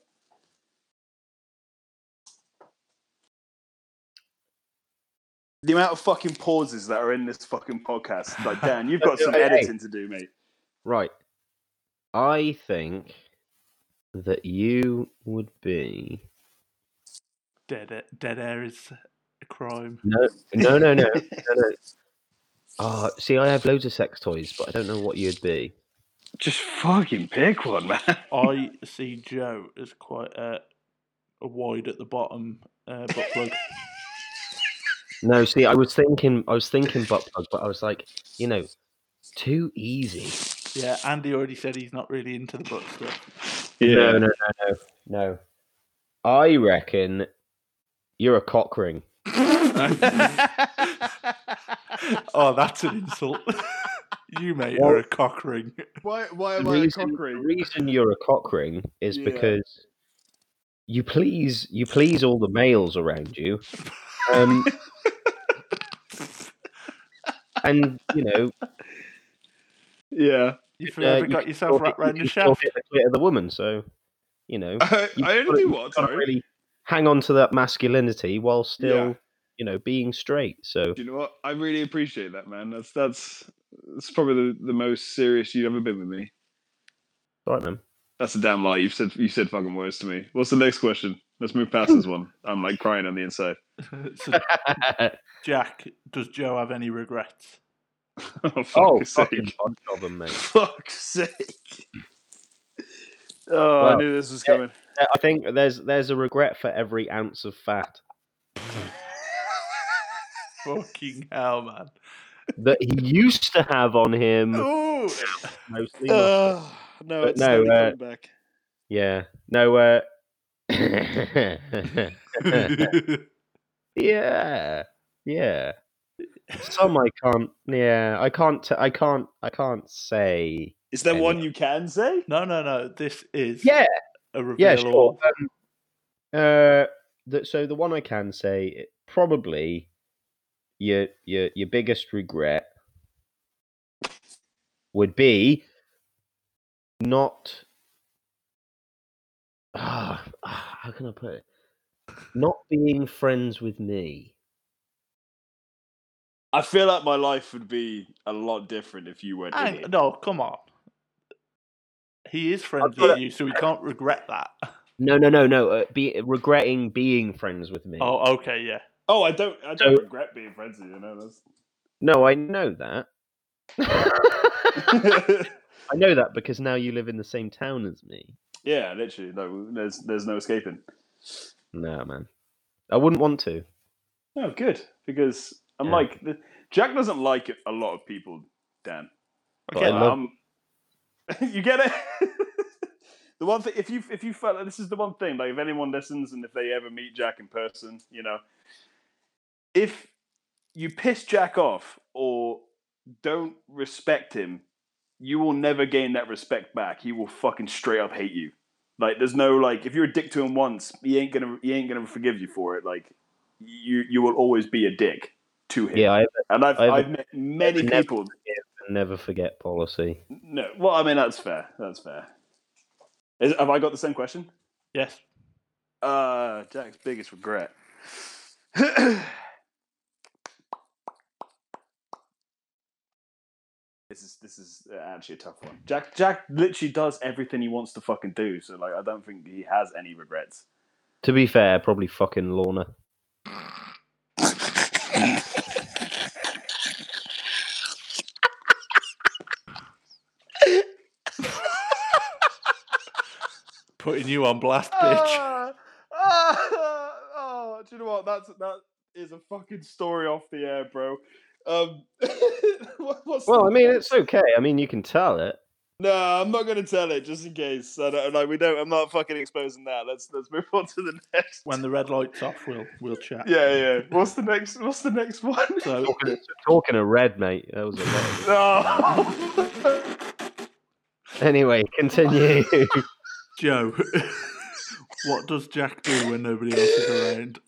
S2: The amount of fucking pauses that are in this fucking podcast, like Dan, you've
S1: [laughs]
S2: got some
S1: Hey, hey.
S2: editing to do, mate.
S1: Right, I think that you would be.
S3: Dead air, dead air is a
S2: [laughs]
S3: crime.
S1: No, no, no, no. no, no. Ah, see, I have loads of sex toys, but I don't know what you'd be.
S2: Just fucking pick one, man.
S3: I see Joe as quite a, a wide at the bottom uh, butt plug.
S1: No, see, I was thinking, I was thinking butt plug, but I was like, you know, too easy.
S3: Yeah, Andy already said he's not really into the butt
S2: [laughs]
S3: stuff.
S1: [laughs] No, no, no, no, no. I reckon you're a cock ring.
S3: oh, that's an insult. [laughs] you mate are a cock ring.
S2: Why why
S1: The
S2: am I a
S1: reason,
S2: cock
S1: the
S2: ring?
S1: reason you're a cock ring is
S2: Yeah.
S1: because you please, you please all the males around you. Um, and you
S2: [laughs]
S1: know,
S2: Yeah.
S3: You've
S1: Uh,
S3: ever
S1: you
S3: got
S1: can
S3: yourself
S1: sort it-
S3: wrapped round
S1: you
S3: the
S1: can sort
S3: shaft.
S1: it the clit of the woman. So, you
S2: [laughs]
S1: know,
S2: I,
S1: You
S2: I only
S1: gotta-
S2: do
S1: you
S2: what?
S1: gotta
S2: Sorry.
S1: really hang on to that masculinity while still,
S2: Yeah.
S1: you know, being straight. So,
S2: Do you know what? I really appreciate that, man. That's that's that's probably the, the most serious you've ever been with me.
S1: right,
S2: [laughs]
S1: man.
S2: That's a damn lie. You've said you said fucking words to me. What's the next question? Let's move past this one. I'm like crying on the inside.
S3: [laughs]
S2: [laughs]
S3: So, Jack, does Joe have any regrets?
S2: oh, fuck's
S1: [laughs] oh, fucking
S2: sake!
S1: odd job, mate.
S2: [laughs] Fuck's sake! Oh, I
S1: Well,
S2: knew this was
S1: yeah.
S2: coming.
S1: Uh, I think there's there's a regret for every ounce of fat
S3: Fucking hell, man.
S1: that he used to have on him.
S2: Oh,
S1: Mostly,
S2: no,
S1: But
S2: it's
S1: no,
S2: slowly
S1: uh,
S2: coming back.
S1: yeah. No, uh, [laughs]
S2: [laughs]
S1: yeah, yeah. Some I can't. Yeah, I can't. T- I can't. I can't say.
S2: Is there
S1: any-
S2: one you can say?
S3: no, no, no. This is
S1: Yeah,
S3: a reveal.
S1: yeah,
S3: all.
S1: sure. Um, uh, the, so the one I can say it- probably your your your biggest regret would be not. Ah, ah, how can I put it? Not being friends with me.
S2: I feel like my life would be a lot different if you weren't. in
S3: Hang-
S2: it.
S3: no, come on. He is friends
S1: got
S3: with you, so he can't regret
S1: [laughs]
S3: that.
S1: No, no, no, no. Uh, be regretting being friends with me.
S3: Oh, okay, yeah.
S2: Oh, I don't. I don't
S1: So-
S2: regret being friends with you. No, that's.
S1: No, I know that. [laughs] I know that because now you live in the same town as me.
S2: [laughs] yeah, literally. No, there's there's no escaping.
S1: No, man. I wouldn't want to.
S2: Oh, good because I'm
S1: Yeah.
S2: like, th- Jack doesn't like it, a lot of people, Dan.
S1: But
S2: Okay,
S1: I love-
S2: um, [laughs] you get it. the one thing, if you if you felt like this is the one thing, like if anyone listens and if they ever meet Jack in person, you know, if you piss Jack off or don't respect him, you will never gain that respect back. He will fucking straight up hate you. Like there's no like if you're a dick to him once, he ain't gonna he ain't gonna forgive you for it. Like you you will always be a dick to him.
S1: Yeah, I have
S2: And I've,
S1: I
S2: I've,
S1: have a-
S2: met many
S1: never-
S2: people.
S1: a never forget policy.
S2: No, well, I mean that's fair. That's fair. Is, have I got the same question?
S3: Yes.
S2: Uh, Jack's biggest regret. [clears throat] this is this is actually a tough one. Jack Jack literally does everything he wants to fucking do. So like, I don't think he has any regrets.
S1: To be fair, probably fucking Lorna.
S3: Putting you on blast, bitch.
S2: Ah, [laughs] ah, oh, do you know what? That's that is a fucking story off the air, bro. Um, [laughs] what- what's
S1: Well, I
S2: the-
S1: mean, it's okay. I mean, you can tell it.
S2: No, I'm not gonna tell it just in case. I don't, like we don't. I'm not fucking exposing that. Let's let's move on to the next.
S3: When the red light's off, we'll we'll chat.
S2: [laughs] yeah, yeah. What's the next? What's the next one?
S3: So
S1: Talking, talking of red, mate. That was a lot. Of
S2: [laughs]
S3: [laughs]
S2: No.
S1: it. Anyway, continue. [laughs]
S3: Joe, [laughs] what does Jack do when nobody else is around?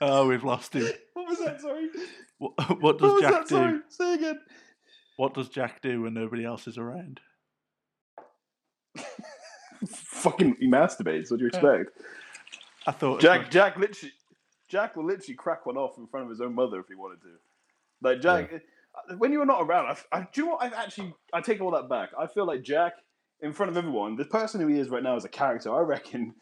S3: Oh, we've lost him.
S2: what was that? Sorry.
S3: What, what
S2: What
S3: does
S2: was
S3: Jack
S2: that?
S3: do?
S2: Sorry. Say again.
S3: What does Jack do when nobody else is around?
S2: Fucking he masturbates. What do you expect?
S3: I thought
S2: Jack. Jack literally. Jack will literally crack one off in front of his own mother if he wanted to. Like Jack, uh, when you're not around, I, I, do you know what? I've actually I take all that back. I feel like Jack, in front of everyone, the person who he is right now is a character. I reckon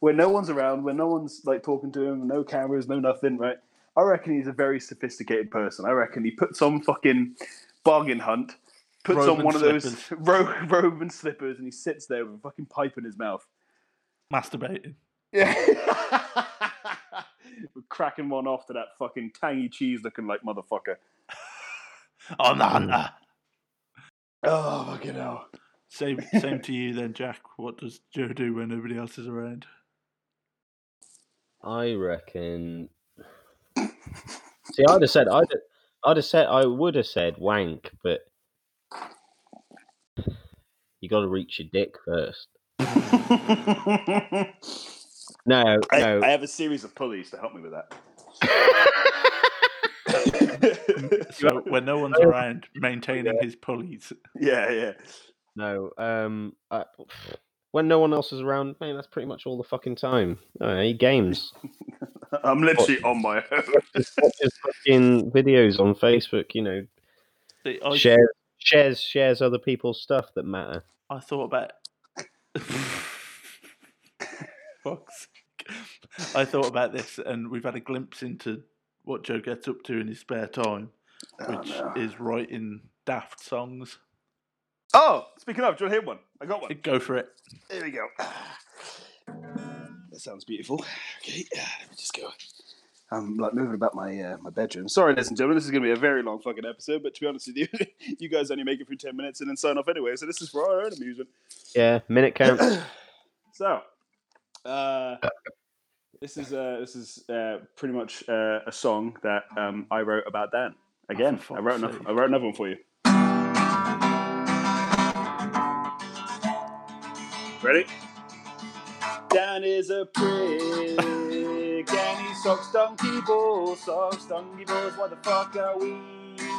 S2: when no one's around, when no one's like talking to him, no cameras, no nothing, right? I reckon he's a very sophisticated person. I reckon he puts on fucking bargain hunt, puts
S3: Robe
S2: on
S3: and
S2: one of those [laughs] ro- robe and slippers, and he sits there with a fucking pipe in his mouth.
S3: masturbating.
S2: Yeah. We're cracking one off to that fucking tangy cheese looking like motherfucker.
S3: Oh no,
S1: Mm.
S3: no.
S2: Oh, fucking [laughs] hell.
S3: Same, same to you then, Jack. What does Joe do when nobody else is around?
S1: I reckon. See, I'd have said I'd have, I'd have said I would have said wank, but you got to reach your dick first.
S2: I,
S1: No, no.
S2: I have a series of pulleys to help me with
S1: [laughs]
S2: that.
S3: [laughs] So when no one's around, maintaining his pulleys.
S2: [laughs] yeah, yeah.
S1: No. Um, I, when no one else is around, man, that's pretty much all the fucking time. I do games.
S2: I'm literally on my own.
S1: [laughs] Just watches fucking videos on Facebook. You know,
S3: See, I,
S1: shares shares shares other people's stuff that matter.
S3: I thought
S2: [laughs]
S3: about. [laughs] Fuck's sake. I thought about this, and we've had a glimpse into what Joe gets up to in his spare time,
S2: Oh,
S3: which
S2: no.
S3: is writing daft songs.
S2: Oh, speaking of, do you want to hear one? I got one.
S3: Go for it.
S2: Here we go. That sounds beautiful. Okay, uh, let me just go. I'm like moving about my uh, my bedroom. Sorry, ladies and gentlemen, this is going to be a very long fucking episode. But to be honest with you, [laughs] you guys only make it through ten minutes and then sign off anyway. So this is for our own amusement.
S1: Yeah, minute count.
S2: [clears throat] So, uh, this is uh, this is uh, pretty much uh, a song that um, I wrote about Dan. Again,
S3: Oh, for
S2: I wrote
S3: fuck's
S2: another,
S3: sake.
S2: I wrote another one for you. Ready? Dan is a prick, and he sucks donkey balls, sucks donkey balls. Why the fuck are we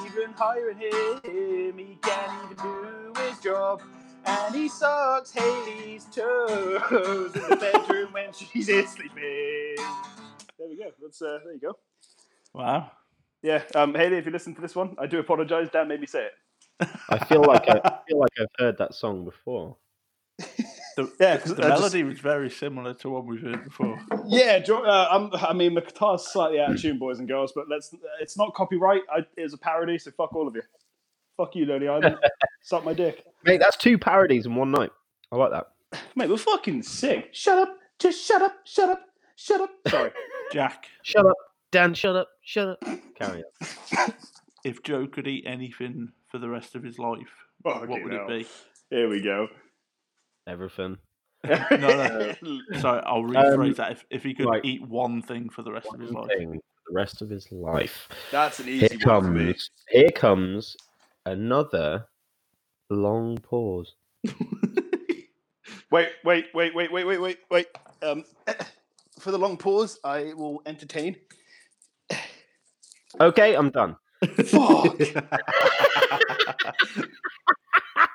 S2: even hiring him? He can't even do his job. And he sucks Haley's toes in the bedroom when she's sleeping. There we go. That's uh, there you go.
S3: Wow.
S2: Yeah, um, Haley, if you listen to this one, I do apologise. Dan made me say it.
S1: I feel like I, I feel like I've heard that song before.
S3: The,
S2: Yeah,
S3: the-
S2: 'cause
S3: the
S2: I Uh, just-
S3: melody was very similar to one we've heard
S2: [laughs]
S3: before.
S2: Yeah, do you- uh, I'm, I mean the guitar's slightly out of tune, boys and girls, but let's. It's not copyright. I, it was a parody, so fuck all of you. Fuck you,
S3: [laughs]
S2: Lonely Island. Suck my dick,
S1: Mate, that's two parodies in one night. I like that.
S2: mate. We're fucking sick. Shut up. Just shut up. Shut up. Shut up. Sorry.
S3: Jack,
S1: Shut up. Dan, shut up, shut up. Carry on.
S3: If Joe could eat anything for the rest of his life, [laughs] what
S2: Fucking
S3: would
S2: hell.
S3: it be?
S2: Here we go.
S1: Everything.
S3: [laughs] No,
S2: [laughs]
S3: Sorry, I'll rephrase
S1: Um,
S3: that. If, if he could
S1: right.
S3: eat one thing for the rest of his
S1: One
S3: life,
S1: thing for the rest of his life.
S2: That's an
S1: Here
S2: easy one for me.
S1: comes, here comes another long pause.
S2: Wait, wait, wait, wait, wait, wait, wait, wait. Um, [coughs] for the long pause, I will entertain.
S1: Okay, I'm done. [laughs]
S2: Fuck.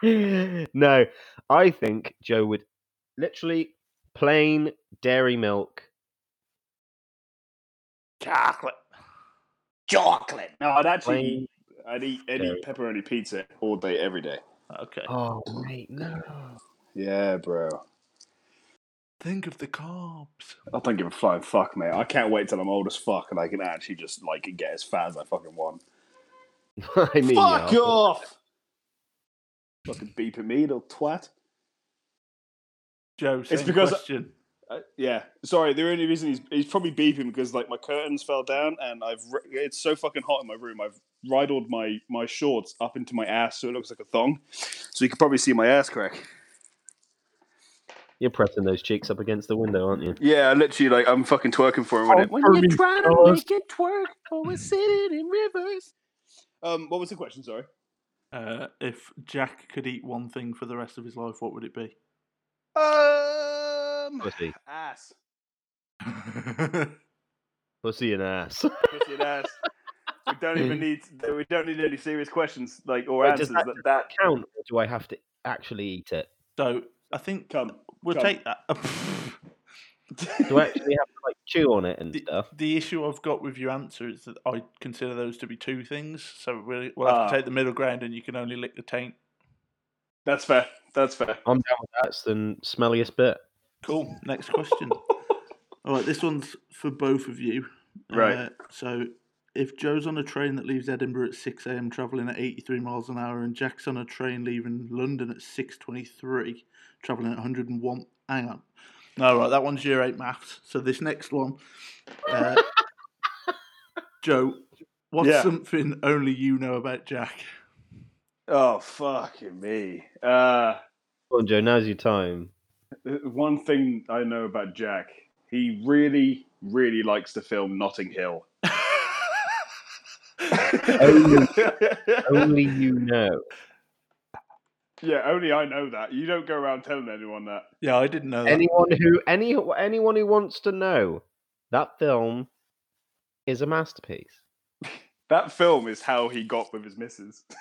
S1: no, I think Joe would literally plain dairy milk.
S3: chocolate.
S2: Chocolate. No, I'd actually
S1: Plain.
S2: I'd eat any
S1: Dairy.
S2: pepperoni pizza all day, every day.
S3: Okay.
S1: Oh mate, no.
S2: Yeah, bro.
S3: Think of the carbs.
S2: I don't give a flying fuck, mate. I can't wait till I'm old as fuck and I can actually just like get as fat as I fucking want.
S1: [laughs] I mean,
S2: fuck
S1: yeah,
S2: off! Fucking beep at me, little twat.
S3: Joe, same
S2: because-
S3: question.
S2: Uh, yeah, sorry. The only reason he's he's probably beeping because like my curtains fell down and I've ri- it's so fucking hot in my room. I've ridled my my shorts up into my ass so it looks like a thong. So you can probably see my ass crack.
S1: You're pressing those cheeks up against the window, aren't you?
S2: Yeah, literally, like I'm fucking twerking for him.
S1: Oh, When you try to Furry make
S2: it twerk, always sitting in rivers. Um, what was the question? Sorry.
S3: Uh, if Jack could eat one thing for the rest of his life, what would it
S1: [laughs]
S3: be?
S2: Um,
S1: Pussy,
S2: ass,
S1: pussy and ass.
S2: pussy and ass. We
S1: [laughs]
S2: don't even need we don't need any serious questions like or
S1: Wait,
S2: answers.
S1: does
S2: That,
S1: that-
S2: that
S1: Count? Or do I have to actually eat it?
S3: so I think
S2: come.
S3: we'll
S2: Go on.
S3: take that.
S1: Do I actually have to like chew on it and
S3: The-
S1: stuff?
S3: [laughs] the issue I've got with your answer is that I consider those to be two things. So we'll, we'll have
S2: Ah.
S3: to take the middle ground, and you can only lick the taint.
S2: That's fair. That's fair.
S1: I'm down with that's the smelliest bit.
S3: Cool. Next [laughs] question. All right, this one's for both of you.
S2: Right.
S3: Uh, so, if Joe's on a train that leaves Edinburgh at six a.m. traveling at eighty-three miles an hour, and Jack's on a train leaving London at six twenty-three, traveling at one hundred and one. Hang on. No, right, that one's year eight maths. So this next one, [laughs] uh, Joe, what's
S2: Yeah.
S3: something only you know about Jack?
S2: Oh fucking me. Uh
S1: Come on, Joe. Now's your [laughs] time.
S2: one thing I know about Jack, he really, really likes the film Notting Hill. [laughs]
S1: Only- Only you know.
S2: yeah, only I know that. You don't go around telling anyone that.
S3: yeah, I didn't know that.
S1: Anyone who any anyone who wants to know that film is a masterpiece.
S2: That film is how he got with his missus. [laughs]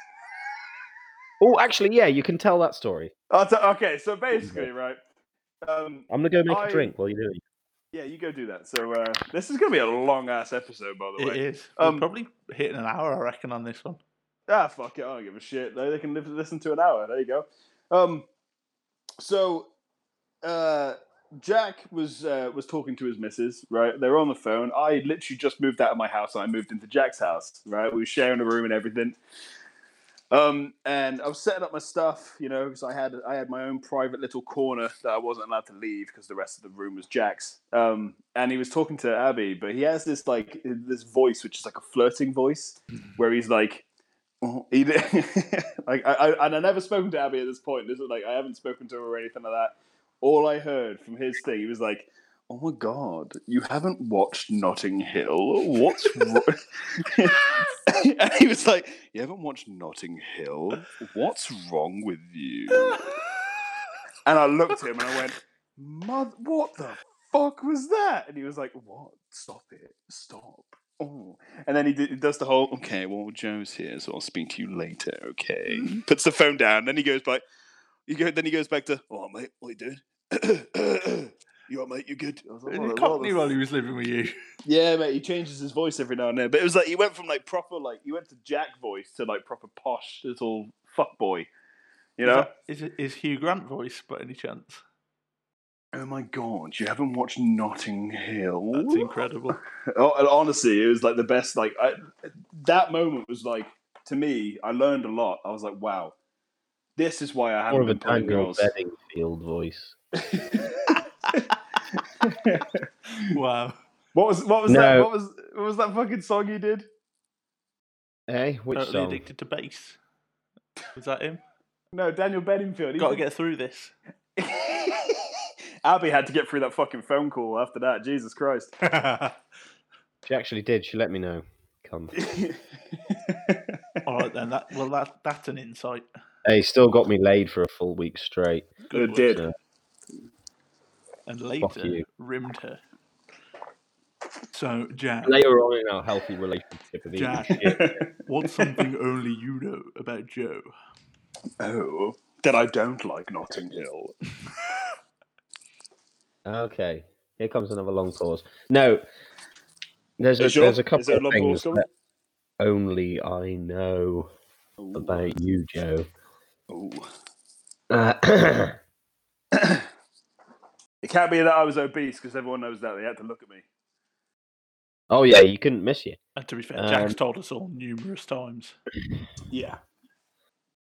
S1: Oh, actually, yeah, you can tell that story.
S2: I'll t- okay, Oh, so basically, right. Um,
S1: I'm gonna go make a
S2: I-
S1: drink while you do it.
S2: yeah, you go do that. So uh, this is gonna be a long ass episode, by the way.
S3: It is.
S2: Um,
S3: We're probably hitting an hour, I reckon, on this one.
S2: Ah, fuck it. I don't give a shit. They, they can live, listen to an hour. There you go. Um, so, uh, Jack was uh, was talking to his missus. Right, they were on the phone. I literally just moved out of my house and I moved into Jack's house. Right, we were sharing a room and everything. Um, and I was setting up my stuff, you know, because I had I had my own private little corner that I wasn't allowed to leave because the rest of the room was Jack's. Um, and he was talking to Abby, but he has this like this voice which is like a flirting voice, where he's like, Oh, he did- [laughs] like I, I and I never spoken to Abby at this point. This is like I haven't spoken to her or anything like that. All I heard from his thing, he was like, "Oh my god, you haven't watched Notting Hill? What's wrong?" [laughs] and he was like, "You haven't watched Notting Hill? What's wrong with you?" And I looked at him and I went, "Mother, what the fuck was that?" And he was like, "What? Stop it! Stop!" Oh, and then he, did, he does the whole, okay, well, Joe's here, so I'll speak to you later, okay? Puts the phone down, then he goes back. You go, then he goes back to, oh, mate, what you doing? you all right, mate? You good? I was like,
S3: In
S2: "What
S3: your
S2: the- what
S3: cockney
S2: the
S3: while he was living with you.
S2: yeah, mate, he changes his voice every now and then. But it was like he went from like proper like he went to Jack voice to like proper posh little fuck boy. You know?
S3: Is, it, is Hugh Grant voice by any chance?
S2: Oh my god, you haven't watched Notting Hill.
S3: That's
S2: [laughs]
S3: incredible.
S2: Oh, and honestly, it was like the best. Like I, that moment was like to me, I learned a lot. I was like, wow, this is why I
S1: More
S2: haven't
S1: of a
S2: been playing
S1: Daniel
S2: girls.
S1: Bedingfield voice.
S3: Wow.
S2: What was what was that?
S1: No.
S2: What was What was that fucking song he did?
S1: Hey, Eh, which
S3: Totally
S1: song?
S3: addicted to bass. Was that him?
S2: No, Daniel Bedingfield. he
S3: Got to
S2: did-
S3: get through this.
S2: [laughs] Abby had to get through that fucking phone call after that. Jesus Christ.
S1: She actually did. She let me know. Come.
S3: [laughs] All right then. That well, that that's an insight.
S1: hey, still got me laid for a full week straight.
S2: Good
S3: work.
S2: did.
S1: sir.
S3: And
S1: Fuck
S3: later
S1: you.
S3: rimmed her. So Jack,
S1: [laughs] Later on in our healthy relationship with eating
S3: Jack.
S1: shit.
S3: what's something only you know about Joe?
S2: Oh, that I don't like Notting Hill.
S1: Okay, here comes another long pause. No, there's a,
S2: Is your-
S1: there's a
S2: is
S1: couple
S2: there a
S1: of
S2: long
S1: things
S2: pause coming?
S1: that only I know about you, Joe.
S2: Ooh.
S1: Uh,
S2: It can't be that I was obese because everyone knows that. They had to look at me.
S1: [coughs] oh yeah, you couldn't miss you.
S3: And to be fair,
S1: Um,
S3: Jack's told us all numerous times. [laughs]
S2: Yeah.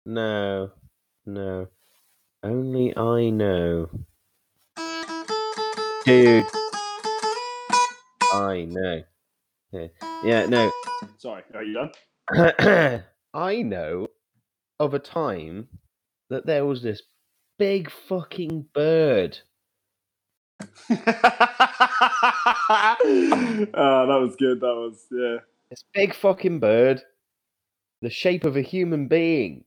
S1: No, no, only I know, dude. I know. Yeah, yeah no. [coughs]
S2: Sorry. Are you done? [laughs]
S1: I know of a time that there was this big fucking bird.
S2: uh, Ah, that was good. That was, yeah.
S1: This big fucking bird, the shape of a human being,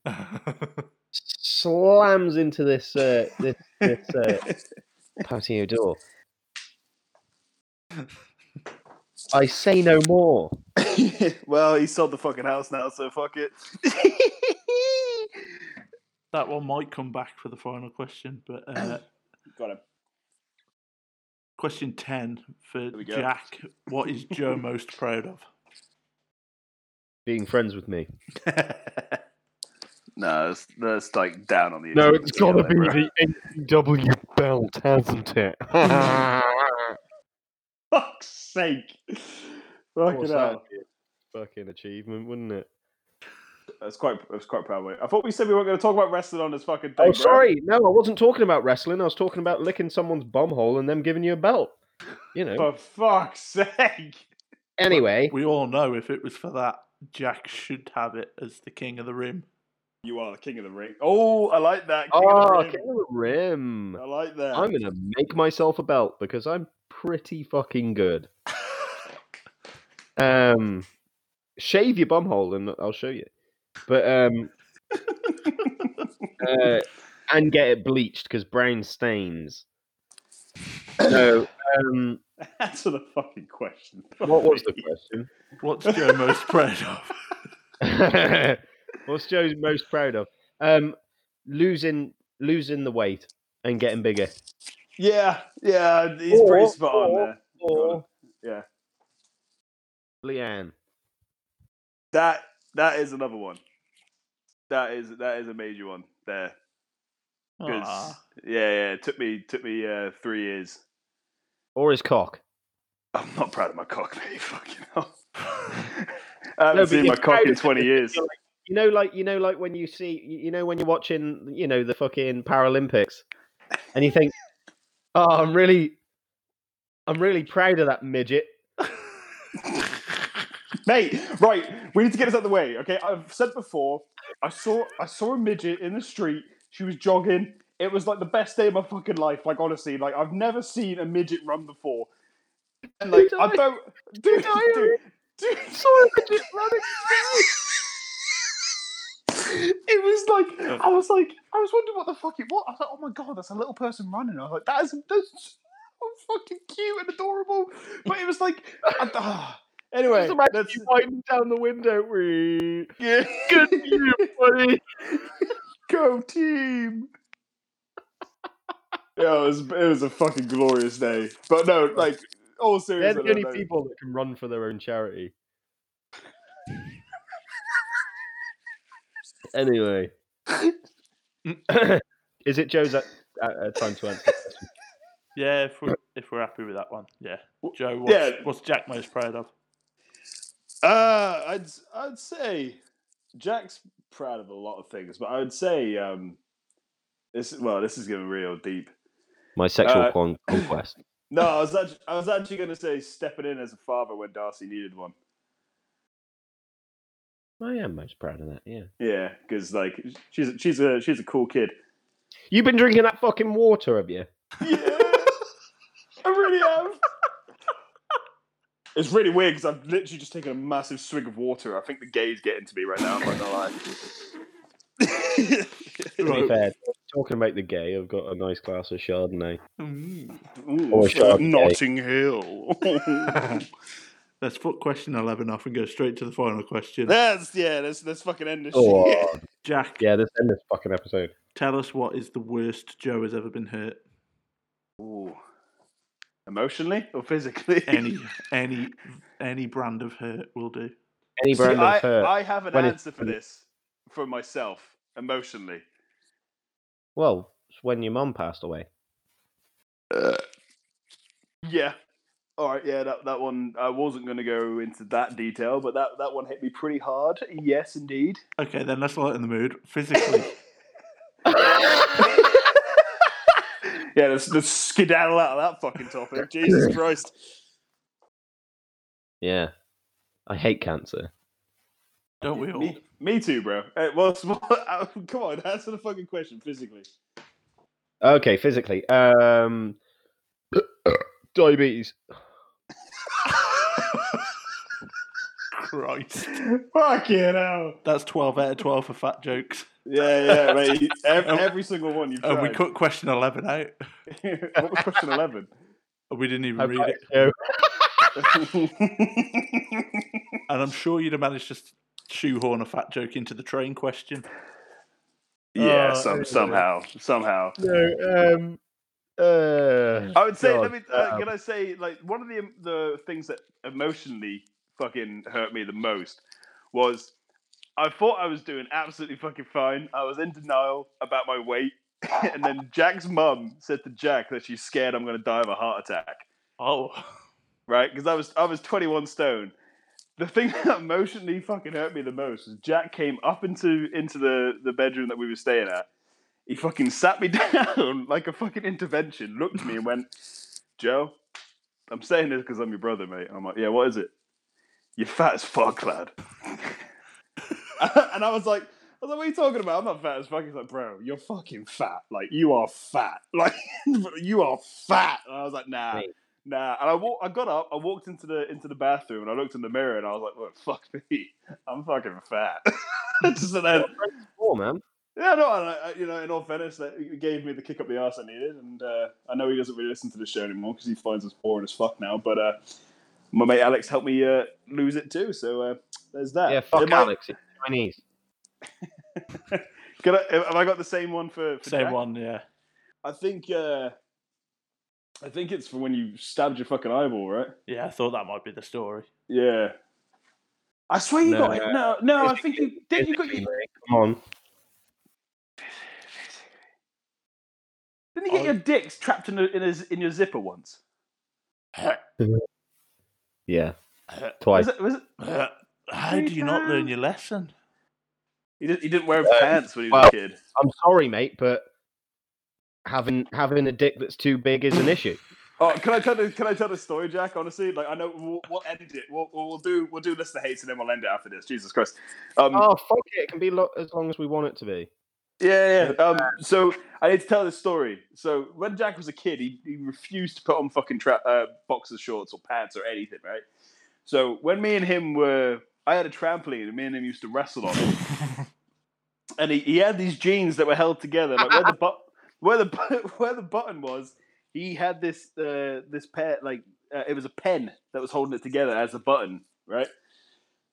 S1: slams into this uh, this, this uh, patio [laughs] door. I say no more.
S2: [laughs] well, he sold the fucking house now, so fuck it. [laughs]
S3: that one might come back for the final question, but uh,
S2: [laughs] Got him.
S3: question ten for
S2: we go.
S3: Jack: What is Joe most proud of?
S1: Being friends with me.
S2: [laughs] No, it's, that's like down on the.
S4: No, it's
S2: got
S4: gotta be the NCW belt, hasn't
S1: [laughs]
S4: it?
S2: [laughs] Fuck's sake! Fucking
S1: What's that?
S2: hell.
S1: Fucking achievement, wouldn't it?
S2: That's quite. That's quite proud. Mate. I thought we said we weren't going to talk about wrestling on this fucking. Thing,
S1: Oh,
S2: bro.
S1: sorry. No, I wasn't talking about wrestling. I was talking about licking someone's bum hole and them giving you a belt. You know.
S2: For fuck's sake!
S1: Anyway,
S3: We all know if it was for that, Jack should have it as the king of the rim.
S2: You are the king of the ring. Oh, I like that. King of the
S1: oh,
S2: ring.
S1: King of the Rim.
S2: I like that. [laughs]
S1: I'm gonna make myself a belt because I'm pretty fucking good. um, shave your bum hole and I'll show you. But um, uh, and get it bleached because brown stains. So, um,
S2: Answer the fucking question.
S1: [laughs] what was the question?
S3: What's Joe most proud of?
S1: [laughs] What's Joe's most proud of? Um, losing losing the weight and getting bigger.
S2: Yeah, yeah, he's
S1: Or-
S2: pretty spot on
S1: or-
S2: there.
S1: Or
S2: Yeah.
S1: Leanne.
S2: That that is another one. That is that is a major one there. 'Cause-
S3: Aw.
S2: yeah, yeah, it took me took me uh, three years. [laughs]
S1: Or his cock.
S2: I'm not proud of my cock, [laughs] mate. Fucking hell. I
S1: No,
S2: haven't
S1: but
S2: seen
S1: you're
S2: my cock
S1: proud
S2: in
S1: of it
S2: 20 years.
S1: you're You know, like you know, like when you see, you you know, when you're watching, you know, the fucking Paralympics, and you think, "Oh, I'm really, I'm really proud of that midget." [laughs]
S2: Mate, right, we need to get this out of the way. Okay, I've said before, I saw I saw a midget in the street. She was jogging. It was like the best day of my fucking life. Like honestly, like I've never seen a midget run before. And like I
S1: died.
S2: [laughs] don't, dude,
S1: died.
S2: dude, dude, [laughs] It was like I was like I was wondering what the fuck it was. I was like, oh my god, that's a little person running. I was like, that is that's so fucking cute and adorable. But it was like, I- ah. anyway,
S1: Just imagine
S2: that's
S1: you winding down the window. [laughs] Wee.
S2: yeah.
S1: Good
S2: [laughs]
S1: for you, buddy.
S2: Go team! yeah, it was it was a fucking glorious day. But no, like all
S1: They're
S2: seriously,
S1: the only people that can run for their own charity.
S2: [laughs]
S1: anyway, is it Joe's uh, uh, time to answer?
S3: yeah, if we're, if we're happy with that one, yeah.
S2: W-
S3: Joe, what's,
S2: yeah.
S3: what's Jack most proud of?
S2: Uh, I'd I'd say Jack's proud of a lot of things, but I would say um, this well, this is getting real deep.
S1: My sexual
S2: Uh,
S1: conquest.
S2: No, I was actually, I was actually going to say stepping in as a father when Darcy needed one.
S1: I am most proud of that. Yeah.
S2: Yeah, because like she's she's a she's a cool kid.
S1: You've been drinking that fucking water, have you?
S2: Yeah, I really have. It's really weird because I've literally just taken a massive swig of water. I think the gay's getting to me right now. I'm not gonna lie. [laughs]
S1: To be
S3: Right.
S1: fair, talking about the gay, I've got a nice glass of Chardonnay.
S2: Hmm.
S3: Mm.
S2: Ooh,
S1: Or
S2: shit,
S1: Chardonnay.
S2: Notting Hill. [laughs]
S3: Let's put question 11 off and go straight to the final question.
S2: That's yeah. Let's let's fucking end this shit.
S1: Oh,
S3: Jack,
S1: yeah, this end this fucking episode.
S3: tell us what is the worst Joe has ever been hurt.
S2: Ooh. Emotionally or physically? [laughs]
S3: Any, any, any brand of hurt will do.
S1: Any
S2: See,
S1: brand of
S2: I,
S1: hurt.
S2: I have an
S1: When it's-
S2: answer for this for myself emotionally.
S1: Well, it's when your mum passed away.
S2: Uh. Yeah. All right. Yeah. That that one. I wasn't going to go into that detail, but that that one hit me pretty hard. Yes, indeed.
S3: Okay, then let's lighten the mood. Physically,
S2: Yeah. Let's, let's skedaddle out of that fucking [laughs] topic. Jesus Christ.
S1: Yeah. I hate cancer.
S3: don't we all?
S2: Me, me too, bro. Hey, well, [laughs] it's- uh, come on. Answer the fucking question physically.
S1: Okay, physically. Um [coughs] diabetes.
S3: Christ.
S2: Fuck you know.
S3: That's 12 out of 12 for fat jokes.
S2: Yeah, yeah, mate. Every,
S3: Um,
S2: every single one you've tried.
S3: And we cut question 11 out.
S2: [laughs] what was question eleven?
S3: We didn't even
S1: I've
S3: read
S1: got
S3: it.
S1: it.
S3: And I'm sure you'd have managed to s- shoehorn a fat joke into the train question.
S2: Oh, yeah,
S1: Uh,
S2: some,
S1: yeah.
S2: somehow, somehow.
S1: No, um uh,
S2: I would say.
S1: God,
S2: let me. Uh,
S1: um,
S2: can I say like one of the um, the things that emotionally fucking hurt me the most was I thought I was doing absolutely fucking fine. I was in denial about my weight, [laughs] and then Jack's mum said to Jack that she's scared I'm going to die of a heart attack.
S3: [laughs] Oh.
S2: right? Because I was I was 21 stone. The thing [laughs] that emotionally fucking hurt me the most was Jack came up into into the the bedroom that we were staying at. He fucking sat me [laughs] down like a fucking intervention, looked at me and went, "Joe, I'm saying this because I'm your brother, mate." And I'm like, "Yeah, what is it? You're fat as fuck, lad." [laughs] and I was like. I was like, what are you talking about? I'm not fat as fuck. He's like, bro, you're fucking fat. Like, you are fat. [laughs] Like, you are fat. And I was like, nah. Nah, and I walk, I got up, I walked into the into the bathroom, and I looked in the mirror, and I was like, "Look, fuck [laughs] me, I'm fucking fat." [laughs] Just so then,
S1: oh man.
S2: yeah, no, and I, I- you know, in all fairness, that it gave me the kick up the ass I needed, and uh, I know he doesn't really listen to the show anymore because he finds us boring as fuck now. But uh, my mate Alex helped me uh, lose it too, so uh, there's that.
S1: Yeah, fuck
S2: Am I-
S1: Alex, it's Chinese.
S2: can I, have I got the same one for, for
S3: Same
S2: Jack?
S3: one, yeah.
S2: I think uh, I think it's for when you stabbed your fucking eyeball, right?
S3: Yeah, I thought that might be the story.
S2: Yeah. I swear you
S1: No,
S2: got it. No, no, I think you did. You got
S1: Physically,
S2: your,
S1: mate, Come on.
S2: didn't you get
S3: I-
S2: your dicks trapped in a, in, a, in your zipper once?
S1: Yeah.
S3: Uh,
S1: Twice.
S2: Was it, was it,
S3: How do you not learn your lesson?
S2: he, didn't, he didn't wear
S1: Uh,
S2: pants when he was
S1: well-
S2: a kid.
S1: I'm sorry, mate, but having having a dick that's too big is an
S2: [clears throat]
S1: issue.
S2: Oh, can I tell the can I tell the story, Jack? Honestly, like I know we'll, we'll end it. We'll, we'll we'll do we'll do list the hates and then we'll end it after this. Jesus Christ. Um,
S1: Oh fuck it, it can be lo- as long as we want it to be.
S2: Yeah, yeah. Um, so I need to tell this story. So when Jack was a kid, he, he refused to put on fucking tra- uh, boxer shorts or pants or anything, right? So when me and him were, I had a trampoline and me and him used to wrestle on it. and he, he had these jeans that were held together, like where the but where the bu- [laughs] where the button was, he had this uh, this pair like uh, it was a pen that was holding it together as a button, right?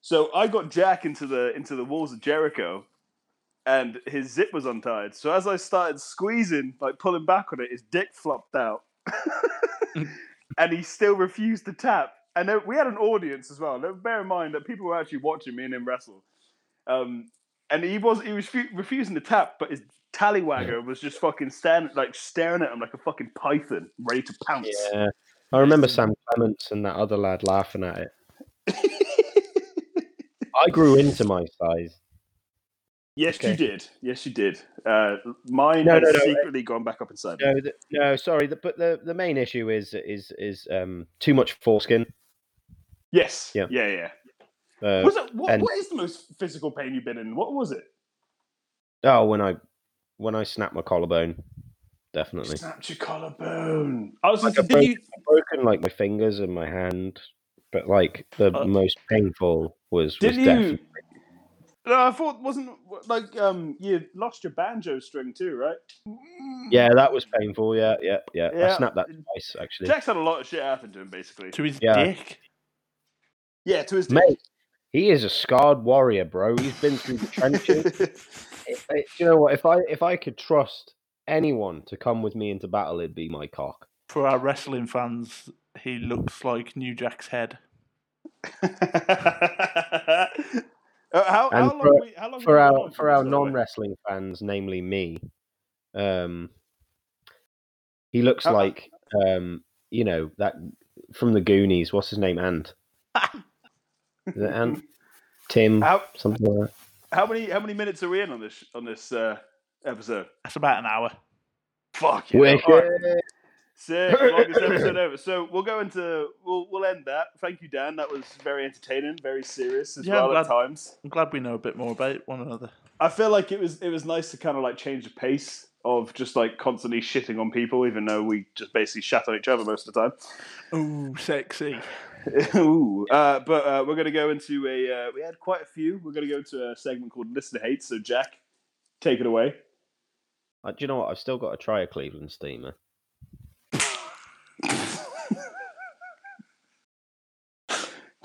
S2: So I got Jack into the into the walls of Jericho, and his zip was untied. So as I started squeezing, like pulling back on it, his dick flopped out, [laughs] and he still refused to tap. And then we had an audience as well. Now, bear in mind that people were actually watching me and him wrestle, um, and he was he was fu- refusing to tap, but his tallywagger was just fucking standing like staring at him like a fucking python, ready to pounce.
S1: Yeah. I remember Sam Clements and that other lad laughing at
S2: [laughs]
S1: it. I grew into my size.
S2: Yes,
S1: Okay.
S2: you did. Yes, you did. Uh, mine
S1: No,
S2: has
S1: no, no,
S2: secretly gone back up in cyber.
S1: No, the, no, sorry. The, but the, the main issue is is is um too much foreskin.
S2: Yes.
S1: Yeah.
S2: Yeah. Yeah.
S1: Uh,
S2: Was it, what,
S1: and-
S2: what is the most physical pain you've been in? What was it?
S1: oh, when I when I snapped my collarbone, definitely
S2: Snapped your collarbone. I was
S1: Like
S2: just-
S1: a
S2: did you,
S1: I've broken like my fingers and my hand. But like the
S3: Uh,
S1: most painful was was
S2: didn't
S1: definitely
S2: you? No, I thought wasn't like um you lost your banjo string too, right?
S1: yeah that was painful yeah yeah yeah, I
S2: Yeah.
S1: snapped that twice actually
S2: Jack's had a lot of shit happen to him, basically.
S3: To his
S1: Yeah.
S3: dick.
S2: Yeah, to his [laughs]
S1: mate he is a scarred warrior bro he's been through the trenches
S2: [laughs]
S1: If I- do you know what? If I if I could trust anyone to come with me into battle, it'd be my cock.
S3: For our wrestling fans, he looks like New Jack's head.
S2: Uh, how,
S1: And
S2: how long?
S1: for-
S2: we, how long
S1: For
S2: we
S1: our
S2: on
S1: for our
S2: this, by the way?
S1: non wrestling fans, namely me, um, he looks
S2: Uh, uh.
S1: like um, you know that from the Goonies. What's his name? Ant. Is it
S2: [laughs]
S1: Ant? Tim?
S2: How,
S1: Something like that.
S2: how many how many minutes are we in on this on this uh, episode?
S3: That's about an hour.
S2: Fuck yeah!
S1: Wicked.
S2: All right. Sick, longest episode ever. So we'll go into we'll we'll end that. Thank you, Dan. That was very entertaining, very serious as
S3: Yeah,
S2: well
S3: I'm
S2: at times.
S3: I'm glad we know a bit more about one another.
S2: I feel like it was it was nice to kind of like change the pace of just like constantly shitting on people, even though we just basically shat on each other most of the time.
S3: Ooh, [sighs] sexy.
S2: [laughs] Ooh. Uh, but uh, we're going to go into a. Uh, we had quite a few. We're going to go into a segment called Listen to Hate. So, Jack, take it away.
S1: Uh, Do you know what? I've still got to try a Cleveland steamer.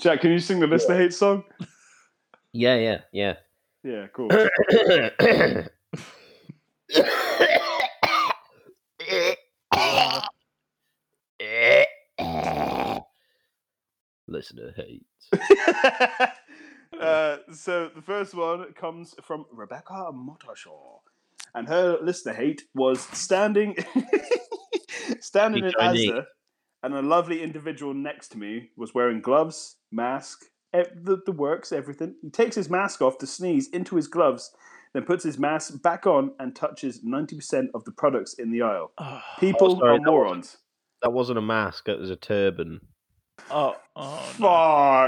S2: Jack, can you sing the Listen to Hate song?
S1: Yeah, yeah, [coughs] yeah.
S2: Yeah, cool. [laughs]
S1: Listener hate.
S2: uh, so, the first one comes from Rebecca Mottershaw. And her Listen to Hate was standing, [laughs] standing
S1: Be
S2: in
S1: Chinese.
S2: Asda, and a lovely individual next to me was wearing gloves, mask, e- the, the works, everything. He takes his mask off to sneeze into his gloves, then puts his mask back on and touches 90% of the products in the aisle.
S3: Oh,
S2: People
S1: sorry,
S2: are
S1: that wasn't-
S2: morons.
S1: That wasn't a mask, it was a turban.
S3: oh, oh, no.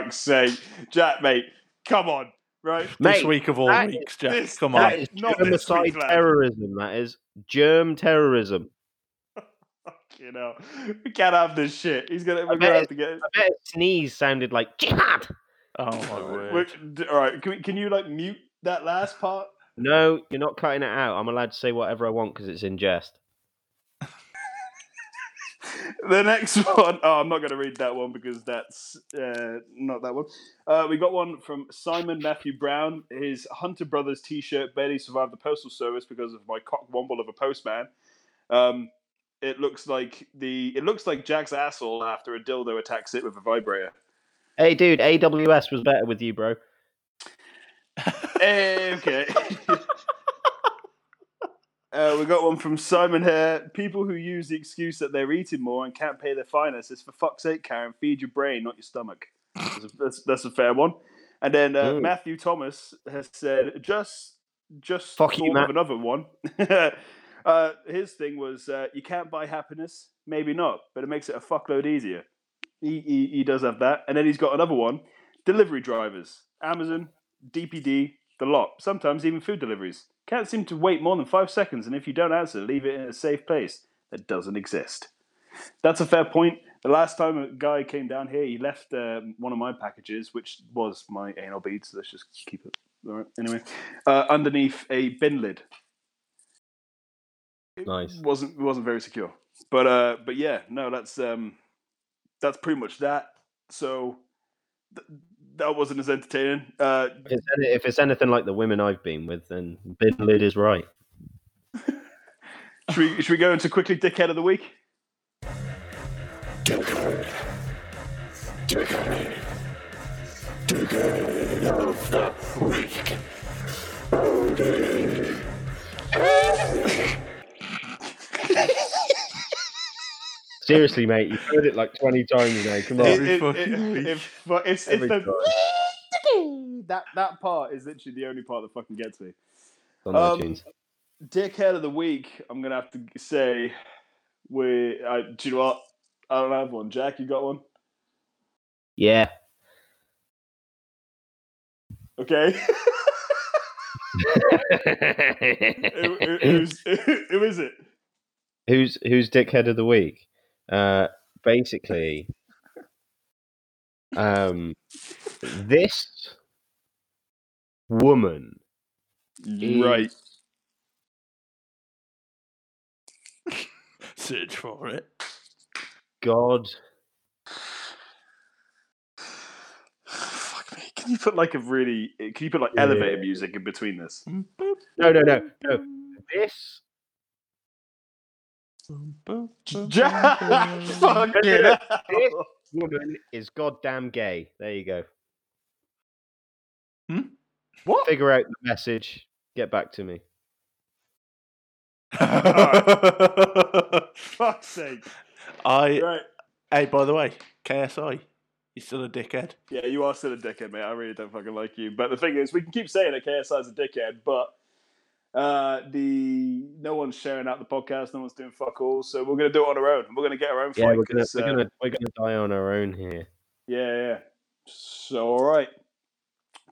S2: Fuck's sake. Jack, mate, come on, right?
S3: this
S1: Mate,
S3: week of all
S1: that is-
S3: weeks, Jack.
S2: this-
S3: come
S1: that
S3: on.
S1: is
S2: not this
S1: germicide
S2: week, lad.
S1: terrorism. That is germ terrorism.
S2: You know, we can't have this shit. He's gonna, we're
S1: bet
S2: gonna have
S1: it-
S2: to get.
S1: I bet his sneeze sounded like jihad.
S3: Oh my
S1: [laughs]
S2: We're-
S3: word.
S2: d- All right, can, we, can you like mute that last part?
S1: No, you're not cutting it out. I'm allowed to say whatever I want because it's in jest.
S2: [laughs] The [laughs] next one, oh, I'm not going to read that one because that's uh, not that one. Uh, we got one from Simon Matthew Brown. His Hunter Brothers t shirt barely survived the postal service because of my cockwomble of a postman. Um, it looks like the it looks like Jack's asshole after a dildo attacks it with a vibrator.
S1: Hey, dude, AWS was better with you, bro.
S2: Eh, okay. [laughs] Uh, we got one from Simon here. People who use the excuse that they're eating more and can't pay their finances, for fuck's sake, Karen, feed your brain, not your stomach. That's a, that's, that's a fair one. And then uh,
S1: Mm.
S2: Matthew Thomas has said, just just
S1: Fuck you,
S2: thought
S1: Matt.
S2: of another one. [laughs] uh, his thing was, uh, you can't buy happiness, maybe not, but it makes it a fuckload easier. He, he, he does have that. And then he's got another one delivery drivers, Amazon, DPD, the lot, sometimes even food deliveries. Can't seem to wait more than five seconds, and if you don't answer, leave it in a safe place that doesn't exist. That's a fair point. The last time a guy came down here, he left um, one of my packages, which was my anal beads. Let's just keep it. All right. Anyway, uh, underneath a bin lid. It
S1: Nice.
S2: wasn't wasn't very secure, but uh, but yeah, no, that's um, that's pretty much that. So th- that wasn't as entertaining. Uh,
S1: If it's, any, if it's anything like the women I've been with, then Bin Lid is right.
S2: should, we, should we go into quickly dickhead of the week?
S1: Seriously, mate, you've heard it like 20 times now. Come on.
S3: Every
S2: It- it-
S3: fucking
S2: it-
S3: week.
S2: if- fu- it's, it's
S1: Every
S2: the,
S1: time.
S2: [laughs] that that part is literally the only part that fucking gets me.
S1: on
S2: Um,
S1: iTunes.
S2: Dickhead of the week. I'm gonna have to say, we. I, do you know what? I don't have one. Jack, you got one?
S1: Yeah.
S2: Okay. [laughs] who, who- who's, [laughs] who is it?
S1: [laughs] who's who's dickhead of the week? Uh, basically, um, this woman is-
S3: Search for it.
S1: God,
S2: Fuck me. Can you put like a really? Can you put like
S1: Yeah.
S2: elevator music in between this?
S3: Mm, boop,
S1: no, no, no, no.
S3: boop,
S1: This
S3: boom, boop, boop,
S2: Jack, [laughs]
S3: boom, boom.
S2: fuck it. [laughs]
S1: woman is goddamn gay. There you go.
S2: Hmm? What?
S1: Figure out the message. Get back to me.
S2: [laughs] Fuck's sake.
S3: I
S2: Right.
S3: hey, by the way, KSI, he's still a dickhead.
S2: Yeah, you are still a dickhead, mate. I really don't fucking like you. But the thing is, we can keep saying that KSI's a dickhead, but uh, the no one's sharing out the podcast, no one's doing fuck all. So we're gonna do it on our own. We're gonna get our own
S1: Yeah,
S2: fight.
S1: we're gonna,
S2: 'cause,
S1: we're,
S2: uh,
S1: gonna, we're gonna die on our own here.
S2: Yeah, yeah. So all right,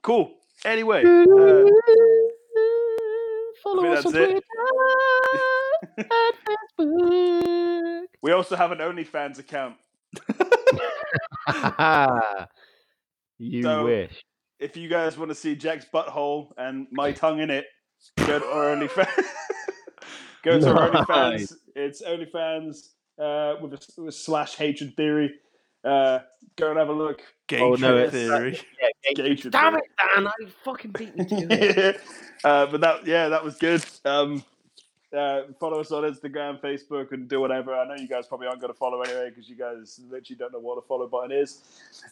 S2: cool. Anyway,
S1: [laughs]
S2: uh,
S1: Follow
S2: think
S1: us on
S2: that's
S1: Twitter
S2: it.
S1: and
S2: [laughs]
S1: Facebook.
S2: we also have an OnlyFans account.
S1: [laughs] you
S2: So-
S1: wish.
S2: If you guys want to see Jack's butthole and my tongue in it, go to our OnlyFans. [laughs] go to our
S1: Nice.
S2: OnlyFans. It's OnlyFans uh, with, a, s- with slash Hatred Theory. Uh, go and have a look.
S3: Gay
S1: Oh, no,
S3: trip
S2: it's-
S3: theory.
S2: Hatred
S1: Damn
S2: Theory.
S1: it, Dan! I fucking beat me to it.
S2: [laughs] uh, but that yeah, that was good. Um, uh, follow us on Instagram, Facebook, and do whatever. I know you guys probably aren't going to follow anyway because you guys literally don't know what a follow button is.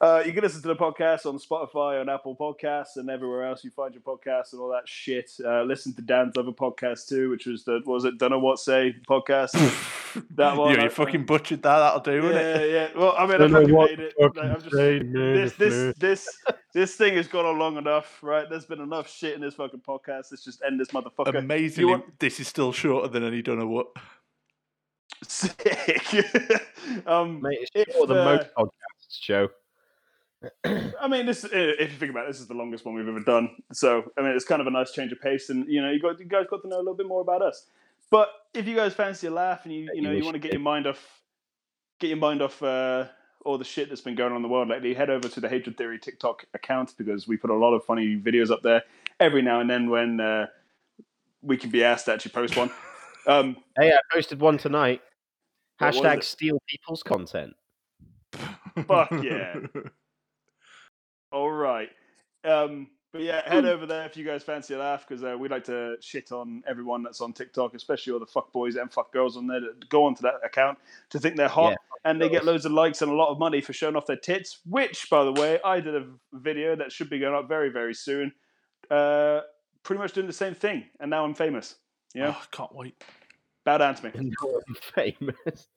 S2: Uh, you can listen to the podcast on Spotify, on Apple Podcasts, and everywhere else you find your podcasts and all that shit. Uh, listen to Dan's other podcast too, which was the what was it don't know what say
S4: [laughs]
S2: podcast. [laughs]
S3: [laughs]
S2: That one,
S3: you, you
S2: I-
S3: fucking butchered that. That'll do, wouldn't
S2: yeah,
S3: it?
S2: yeah. Well, I mean, I
S4: Don't know
S2: fucking
S4: what
S2: made it.
S4: Fucking
S2: Like, I'm just
S4: say, man,
S2: this
S4: if
S2: this this this thing has gone on long enough, right? There's been enough shit in this fucking podcast. Let's just end this motherfucker.
S3: Amazingly,
S2: You want-
S3: this is still shorter than any don't know what.
S2: [laughs] Sick. [laughs] um,
S1: Mate, it's
S2: If,
S1: shorter than most
S2: uh,
S1: podcasts, Joe.
S2: I mean, this uh, if you think about it, this is the longest one we've ever done. So I mean, it's kind of a nice change of pace, and you know, you got you guys got to know a little bit more about us. But if you guys fancy a laugh and you you
S1: you
S2: know you
S1: wish
S2: want to
S1: you
S2: get
S1: did.
S2: your mind off get your mind off uh, all the shit that's been going on in the world lately, head over to the Hatred Theory TikTok account because we put a lot of funny videos up there every now and then when uh, we can be asked to actually
S1: [laughs]
S2: post one. Um,
S1: Hey, I posted one tonight.
S2: What was
S1: Hashtag
S2: it?
S1: steal people's content. [laughs]
S3: [laughs]
S2: Fuck yeah. All right. Um, but yeah, head over there if you guys fancy a laugh because uh, we like to shit on everyone that's on TikTok, especially all the fuck boys and fuck girls on there that go onto that account to think they're hot and they get
S1: girls.
S2: loads of likes and a lot of money for showing off their tits. Which, by the way, I did a video that should be going up very, very soon. Uh, pretty much doing the same thing, and now I'm famous. You know,
S3: Oh, I can't wait.
S2: bow down to me.
S1: And now I'm famous.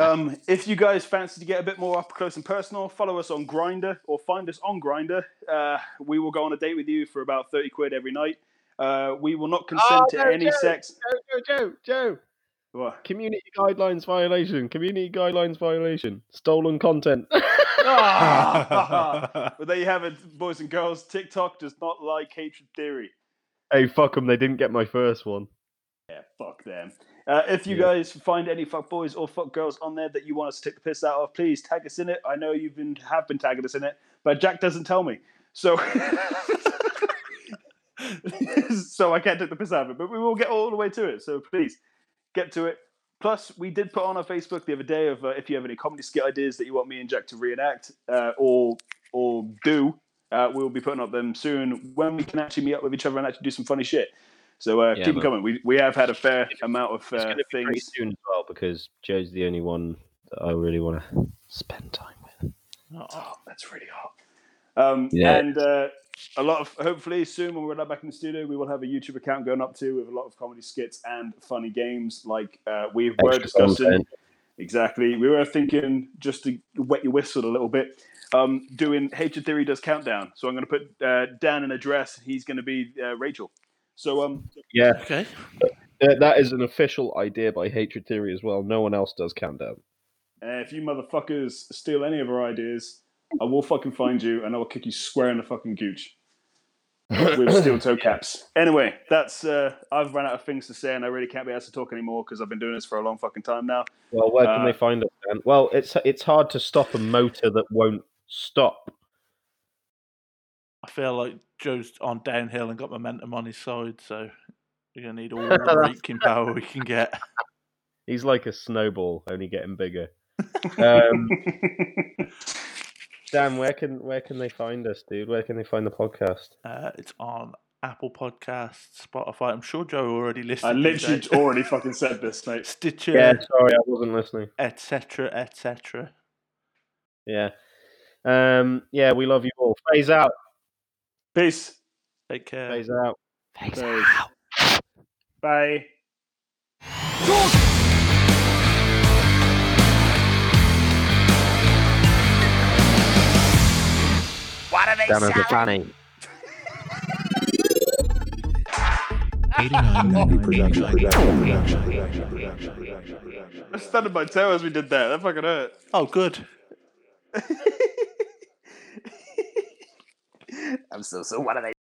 S2: Um, if you guys fancy to get a bit more up close and personal, follow us on Grinder or find us on Grinder. Uh, we will go on a date with you for about thirty quid every night. Uh, we will not consent
S1: Oh,
S2: to
S1: no,
S2: any
S1: no.
S2: sex.
S1: Joe, Joe, Joe, Joe.
S2: What?
S1: Community guidelines violation. Community guidelines violation. Stolen content. [laughs]
S2: Ah! [laughs] but there you have it, boys and girls. TikTok does not like hatred theory.
S1: hey, fuck them. They didn't get my first one.
S2: Yeah, fuck them. Uh, if you
S1: Yeah.
S2: guys find any fuck boys or fuck girls on there that you want us to take the piss out of, please tag us in it. I know you've been have been tagging us in it, but Jack doesn't tell me, so [laughs] so I can't take the piss out of it. But we will get all the way to it. So please get to it. Plus, we did put on our Facebook the other day of uh, if you have any comedy skit ideas that you want me and Jack to reenact uh, or or do, uh, we'll be putting up them soon when we can actually meet up with each other and actually do some funny shit. So uh,
S1: Yeah,
S2: keep
S1: man.
S2: them coming. We we have had a fair amount of
S1: It's
S2: uh,
S1: going to be pretty
S2: things.
S1: soon as well because Joe's the only one that I really want to spend time with.
S2: Oh, that's really hot. Um,
S1: Yeah.
S2: And uh, a lot of hopefully soon when we're allowed back in the studio, we will have a YouTube account going up too with a lot of comedy skits and funny games like uh, we were
S1: Extra
S2: discussing.
S1: content.
S2: Exactly. We were thinking just to wet your whistle a little bit. Um, doing Hatred Theory does countdown, so I'm going to put uh, Dan in a dress. He's going to be uh, Rachel. So um,
S1: Yeah,
S3: Okay.
S1: that- that is an official idea by Hatred Theory as well. No one else does countdown.
S2: uh, if you motherfuckers steal any of our ideas, I will fucking find you and I will kick you square in the fucking gooch with steel toe caps. Anyway, that's uh, I've run out of things to say and I really can't be asked to talk anymore because I've been doing this for a long fucking time now.
S1: Well, where can
S2: Uh,
S1: they find us? Dan? Well, it's it's hard to stop a motor that won't stop.
S3: I feel like Joe's on downhill and got momentum on his side, so you're gonna need all
S2: [laughs]
S1: That's-
S3: the braking power we can get.
S1: He's like a snowball, only getting bigger. Um, Dan, where can where can they find us, dude? Where can they find the podcast?
S3: Uh, it's on Apple Podcasts, Spotify. I'm sure Joe already listened.
S2: I
S3: to
S2: literally
S3: that.
S2: already fucking said this, mate.
S1: Yeah,
S3: [laughs] Stitcher,
S1: sorry, I wasn't listening.
S3: etc., etc.
S1: Yeah, um, yeah, we love you all. Phase out,
S2: Peace.
S3: Take care.
S1: phase out.
S2: Peace. Bye.
S1: Damn it.
S5: [laughs] 8990 production.
S2: I stunned my toe as we did that. That fucking hurt.
S3: Oh, good.
S2: I'm so so. What are they?